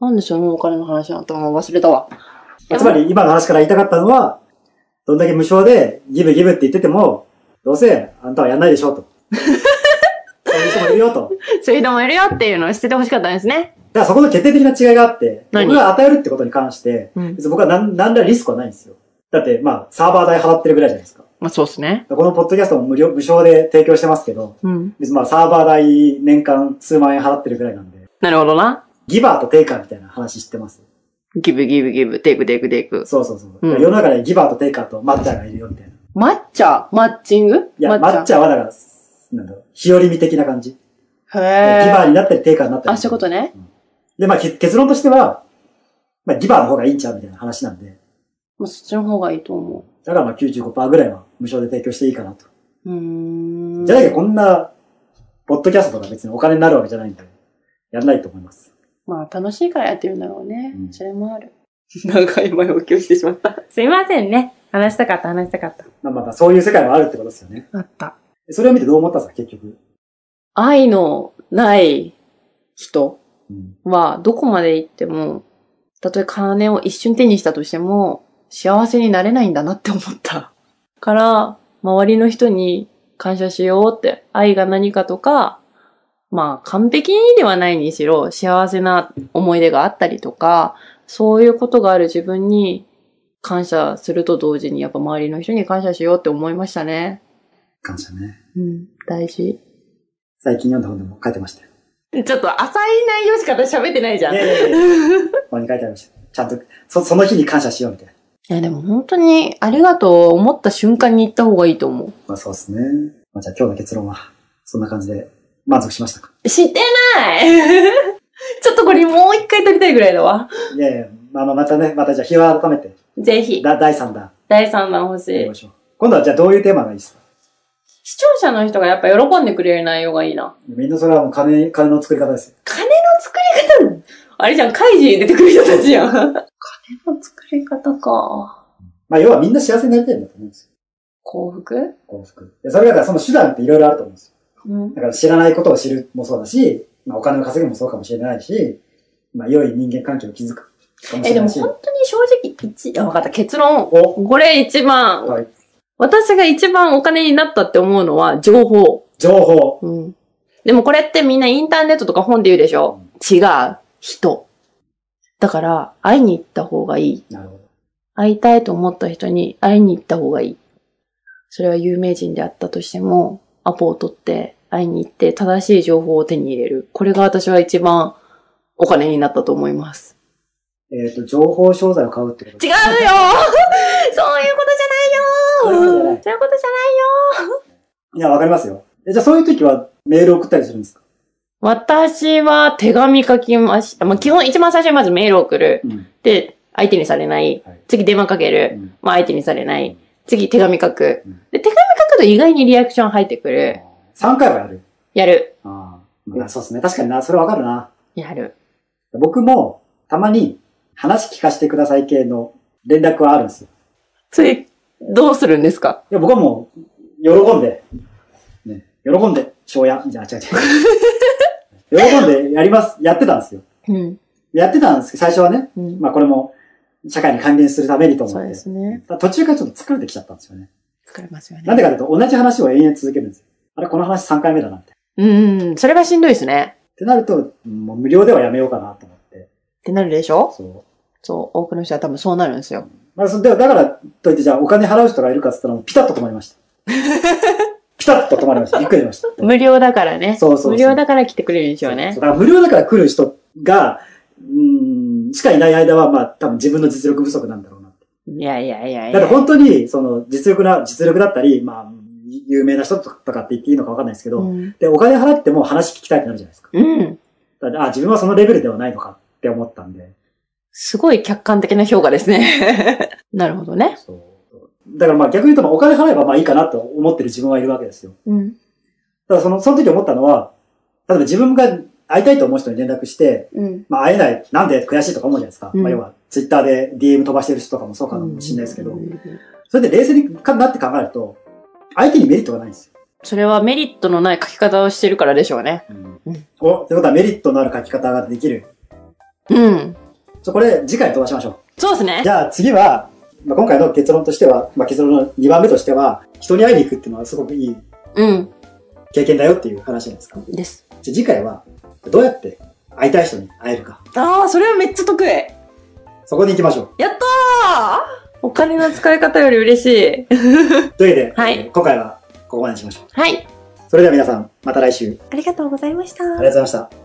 [SPEAKER 2] なんでしょうね、お金の話なんてもう忘れたわ。
[SPEAKER 1] つまり今の話から言いたかったのは、どんだけ無償でギブギブって言ってても、どうせあんたはやんないでしょ
[SPEAKER 2] [laughs]
[SPEAKER 1] うと。そういう人もいるよと。
[SPEAKER 2] そういう人もいるよっていうのを知っててほしかったんですね。
[SPEAKER 1] だからそこの決定的な違いがあって、
[SPEAKER 2] 何
[SPEAKER 1] 僕が与えるってことに関して、
[SPEAKER 2] うん。
[SPEAKER 1] 別に僕は何何らリスクはないんですよ。だってまあサーバー代払ってるぐらいじゃないですか。
[SPEAKER 2] まあそうですね。
[SPEAKER 1] このポッドキャストも無料無償で提供してますけど、
[SPEAKER 2] うん。
[SPEAKER 1] 別にまあサーバー代年間数万円払ってるぐらいなんで、
[SPEAKER 2] なるほどな。
[SPEAKER 1] ギバーとテイカーみたいな話知ってます
[SPEAKER 2] ギブギブギブ、テイクテイクテイク。
[SPEAKER 1] そうそうそう。
[SPEAKER 2] うん
[SPEAKER 1] 世の中にギバーとテイカーとマッチャーがいるよみたいな。い
[SPEAKER 2] マッチャーマッチング
[SPEAKER 1] や、マッチャーはだから、なんだろう、日和見的な感じ。
[SPEAKER 2] ャー。
[SPEAKER 1] ギバー
[SPEAKER 2] へえ。
[SPEAKER 1] になったりテイカーになったり。
[SPEAKER 2] あ、そういうことね。
[SPEAKER 1] で、まあけ結論としては、まあギバーの方がいいんちゃうみたいな話なんで、
[SPEAKER 2] まあそっちの方がいいと思
[SPEAKER 1] だからまあ95%ぐらいは無償で提供していいかなと。
[SPEAKER 2] う。うーん。
[SPEAKER 1] じゃなきゃこんなポッドキャストとか別にお金になるわけじゃないんで、やらないと思います。
[SPEAKER 2] まあ、楽しいからやってるんだろうね。
[SPEAKER 1] うん
[SPEAKER 2] それもある。長い前置きをしてしまった。すいませんね。話したかった、話したかった。
[SPEAKER 1] まあまあ、そういう世界もあるってことですよね。
[SPEAKER 2] あった。
[SPEAKER 1] それを見てどう思ったんですか、結局。
[SPEAKER 2] 愛のない人
[SPEAKER 1] うん。
[SPEAKER 2] は、どこまで行っても、たとえ金を一瞬手にしたとしても、幸せになれないんだなって思った。から、周りの人に感謝しようって、愛が何かとか、まあ、完璧にではないにしろ、幸せな思い出があったりとか、そういうことがある自分に感謝すると同時に、やっぱ周りの人に感謝しようって思いましたね。
[SPEAKER 1] 感謝ね。
[SPEAKER 2] うん、大事。
[SPEAKER 1] 最近読んだ本でも書いてましたよ。
[SPEAKER 2] ちょっと浅い内容しか私喋ってないじゃん。
[SPEAKER 1] いやいやいや本に書いてありました。ちゃんと、そその日に感謝しようみたいな。
[SPEAKER 2] いや、でも本当にありがとう思った瞬間に行った方がいいと思
[SPEAKER 1] まあそうですね。まあじゃあ今日の結論は、そんな感じで満足しましたか。
[SPEAKER 2] う。してない [laughs] ちょっとこれもう一回撮りたいぐらいだわ。
[SPEAKER 1] いやいや、まあまあまたね、またじゃあ日は改めて、
[SPEAKER 2] ぜひ、
[SPEAKER 1] だ第3弾
[SPEAKER 2] 第3弾欲し
[SPEAKER 1] やり
[SPEAKER 2] い
[SPEAKER 1] ま。しょう。今度はじゃあどういうテーマがいいですか
[SPEAKER 2] 視聴者の人がやっぱ喜んでくれる内容がいいな。
[SPEAKER 1] みんなそれはもう金、金の作り方ですよ。
[SPEAKER 2] 金の作り方あれじゃん、カイジに出てくる人たちやん。金の作り方か。
[SPEAKER 1] まあ要はみんな幸せになりたいんだと思うんですよ。
[SPEAKER 2] 幸福
[SPEAKER 1] 幸福。でそれがだからその手段っていろいろあると思うんですよ。
[SPEAKER 2] うん。
[SPEAKER 1] だから知らないことを知るもそうだし、まあお金を稼ぐもそうかもしれないし、まあ良い人間関係を築くかもし
[SPEAKER 2] え、
[SPEAKER 1] れ
[SPEAKER 2] で
[SPEAKER 1] な
[SPEAKER 2] も
[SPEAKER 1] いし。
[SPEAKER 2] 本当に正直、一、あわかった、結論。
[SPEAKER 1] お、
[SPEAKER 2] これ一番、
[SPEAKER 1] はい
[SPEAKER 2] 私が一番お金になったって思うのは情報。
[SPEAKER 1] 情報。
[SPEAKER 2] うん。でもこれってみんなインターネットとか本で言うでしょ違う。人。だから、会いに行った方がいい。
[SPEAKER 1] なるほど。
[SPEAKER 2] 会いたいと思った人に会いに行った方がいい。それは有名人であったとしても、アポを取って会いに行って正しい情報を手に入れる。これが私は一番お金になったと思います。
[SPEAKER 1] えっ、と、情報商材を買うってこと
[SPEAKER 2] 違う
[SPEAKER 1] う
[SPEAKER 2] [laughs] よそういうことじゃないよそういうことじゃないよ
[SPEAKER 1] いや、わかりますよ。えじゃあそういう時はメール送ったりするんですか
[SPEAKER 2] 私は手紙書きました。まあ、基本一番最初にまずメールを送る。
[SPEAKER 1] うん。
[SPEAKER 2] で、相手にされない
[SPEAKER 1] はい。
[SPEAKER 2] 次電話かける。
[SPEAKER 1] うん
[SPEAKER 2] まあ相手にされない。次手紙書く
[SPEAKER 1] うん。
[SPEAKER 2] で、手紙書くと意外にリアクション入ってくる。
[SPEAKER 1] 3回はやる。
[SPEAKER 2] やる。
[SPEAKER 1] ああ、そうですね。確かにな、それわかるな。
[SPEAKER 2] やる。
[SPEAKER 1] 僕も、たまに、話聞かせてください系の連絡はあるんですよ。
[SPEAKER 2] それ、どうするんですか
[SPEAKER 1] いや、僕はもう、喜んで、ね、喜んで、庄屋、じゃあ、違
[SPEAKER 2] [laughs]
[SPEAKER 1] う違う。喜んでやります、やってたんですよ。
[SPEAKER 2] うん。
[SPEAKER 1] やってたんですけど、最初はね、
[SPEAKER 2] うん。
[SPEAKER 1] まあこれも、社会に還元するためにと思
[SPEAKER 2] そ
[SPEAKER 1] っ
[SPEAKER 2] うで
[SPEAKER 1] て。
[SPEAKER 2] すね。
[SPEAKER 1] ただ途中からちょっと疲れてきちゃったんですよね。
[SPEAKER 2] 疲れますよ
[SPEAKER 1] なんで
[SPEAKER 2] ね。
[SPEAKER 1] かというと、同じ話を延々続けるんですよ。あれ、この話3回目だなって。っ
[SPEAKER 2] うん。それはしんどいですね。
[SPEAKER 1] てなると、もう無料ではやめようかなと思って。
[SPEAKER 2] ってなるでしょ
[SPEAKER 1] そう。
[SPEAKER 2] そう。多くの人は多分そうなるんですよ。
[SPEAKER 1] まあ、そだだから、といって、じゃあ、お金払う人がいるかって言ったら、もうピタッと止まりま
[SPEAKER 2] [laughs]
[SPEAKER 1] した。ピタッと止まりました。びっくりしました。
[SPEAKER 2] 無料だからね。
[SPEAKER 1] そうそうそう
[SPEAKER 2] 無料だから来てくれるでしょうね
[SPEAKER 1] そう。だから無料だから来る人が、うーん、しかいない間は、まあ、多分自分の実力不足なんだろうなって。
[SPEAKER 2] いやいやいやい
[SPEAKER 1] だって
[SPEAKER 2] や。
[SPEAKER 1] 本当に、その、実力な、実力だったり、まあ、有名な人とかって言っていいのかわかんないですけど、
[SPEAKER 2] うん。
[SPEAKER 1] で、お金払っても話聞きたいってなるじゃないですか。
[SPEAKER 2] うん。
[SPEAKER 1] だからあ、自分はそのレベルではないのかって思ったんで。
[SPEAKER 2] すごい客観的な評価ですね。 [laughs] なるほどね。
[SPEAKER 1] そう。だからまあ逆に言うと、まあお金払えばまあいいかなと思ってる自分はいるわけですよ。
[SPEAKER 2] うん。
[SPEAKER 1] ただその、その時思ったのは、例えば自分が会いたいと思う人に連絡して、
[SPEAKER 2] うん。
[SPEAKER 1] まあ会えない、なんで悔しいとか思うじゃないですか。
[SPEAKER 2] うん
[SPEAKER 1] まあ要は、ツイッターで DM 飛ばしてる人とかもそうかもしれないですけど、それで冷静にかなって考えると、相手にメリットがないんですよ。
[SPEAKER 2] それはメリットのない書き方をしてるからでしょうね。うん
[SPEAKER 1] お、ということはメリットのある書き方ができる。
[SPEAKER 2] うん。
[SPEAKER 1] ちょ、これ次回飛ばしましょ
[SPEAKER 2] そうです
[SPEAKER 1] う。
[SPEAKER 2] ね
[SPEAKER 1] じ。ゃあ次は、まあ、今回の結論としては、まあ、結論の2番目としては、人に会いに行くっていうのはすごくいい
[SPEAKER 2] うん。
[SPEAKER 1] 経験だよっていう話じゃないですか。
[SPEAKER 2] です。
[SPEAKER 1] じゃあ次回は、どうやって会いたい人に会えるか。
[SPEAKER 2] ああ、それはめっちゃ得意。や
[SPEAKER 1] そこに行きましょう。
[SPEAKER 2] ったーお金の使い方より嬉しい。
[SPEAKER 1] というわけで、
[SPEAKER 2] はい
[SPEAKER 1] えー今回はここまでにしましょう。
[SPEAKER 2] はい。
[SPEAKER 1] それでは皆さん、また来週。
[SPEAKER 2] ありがとうございました。
[SPEAKER 1] ありがとうございました。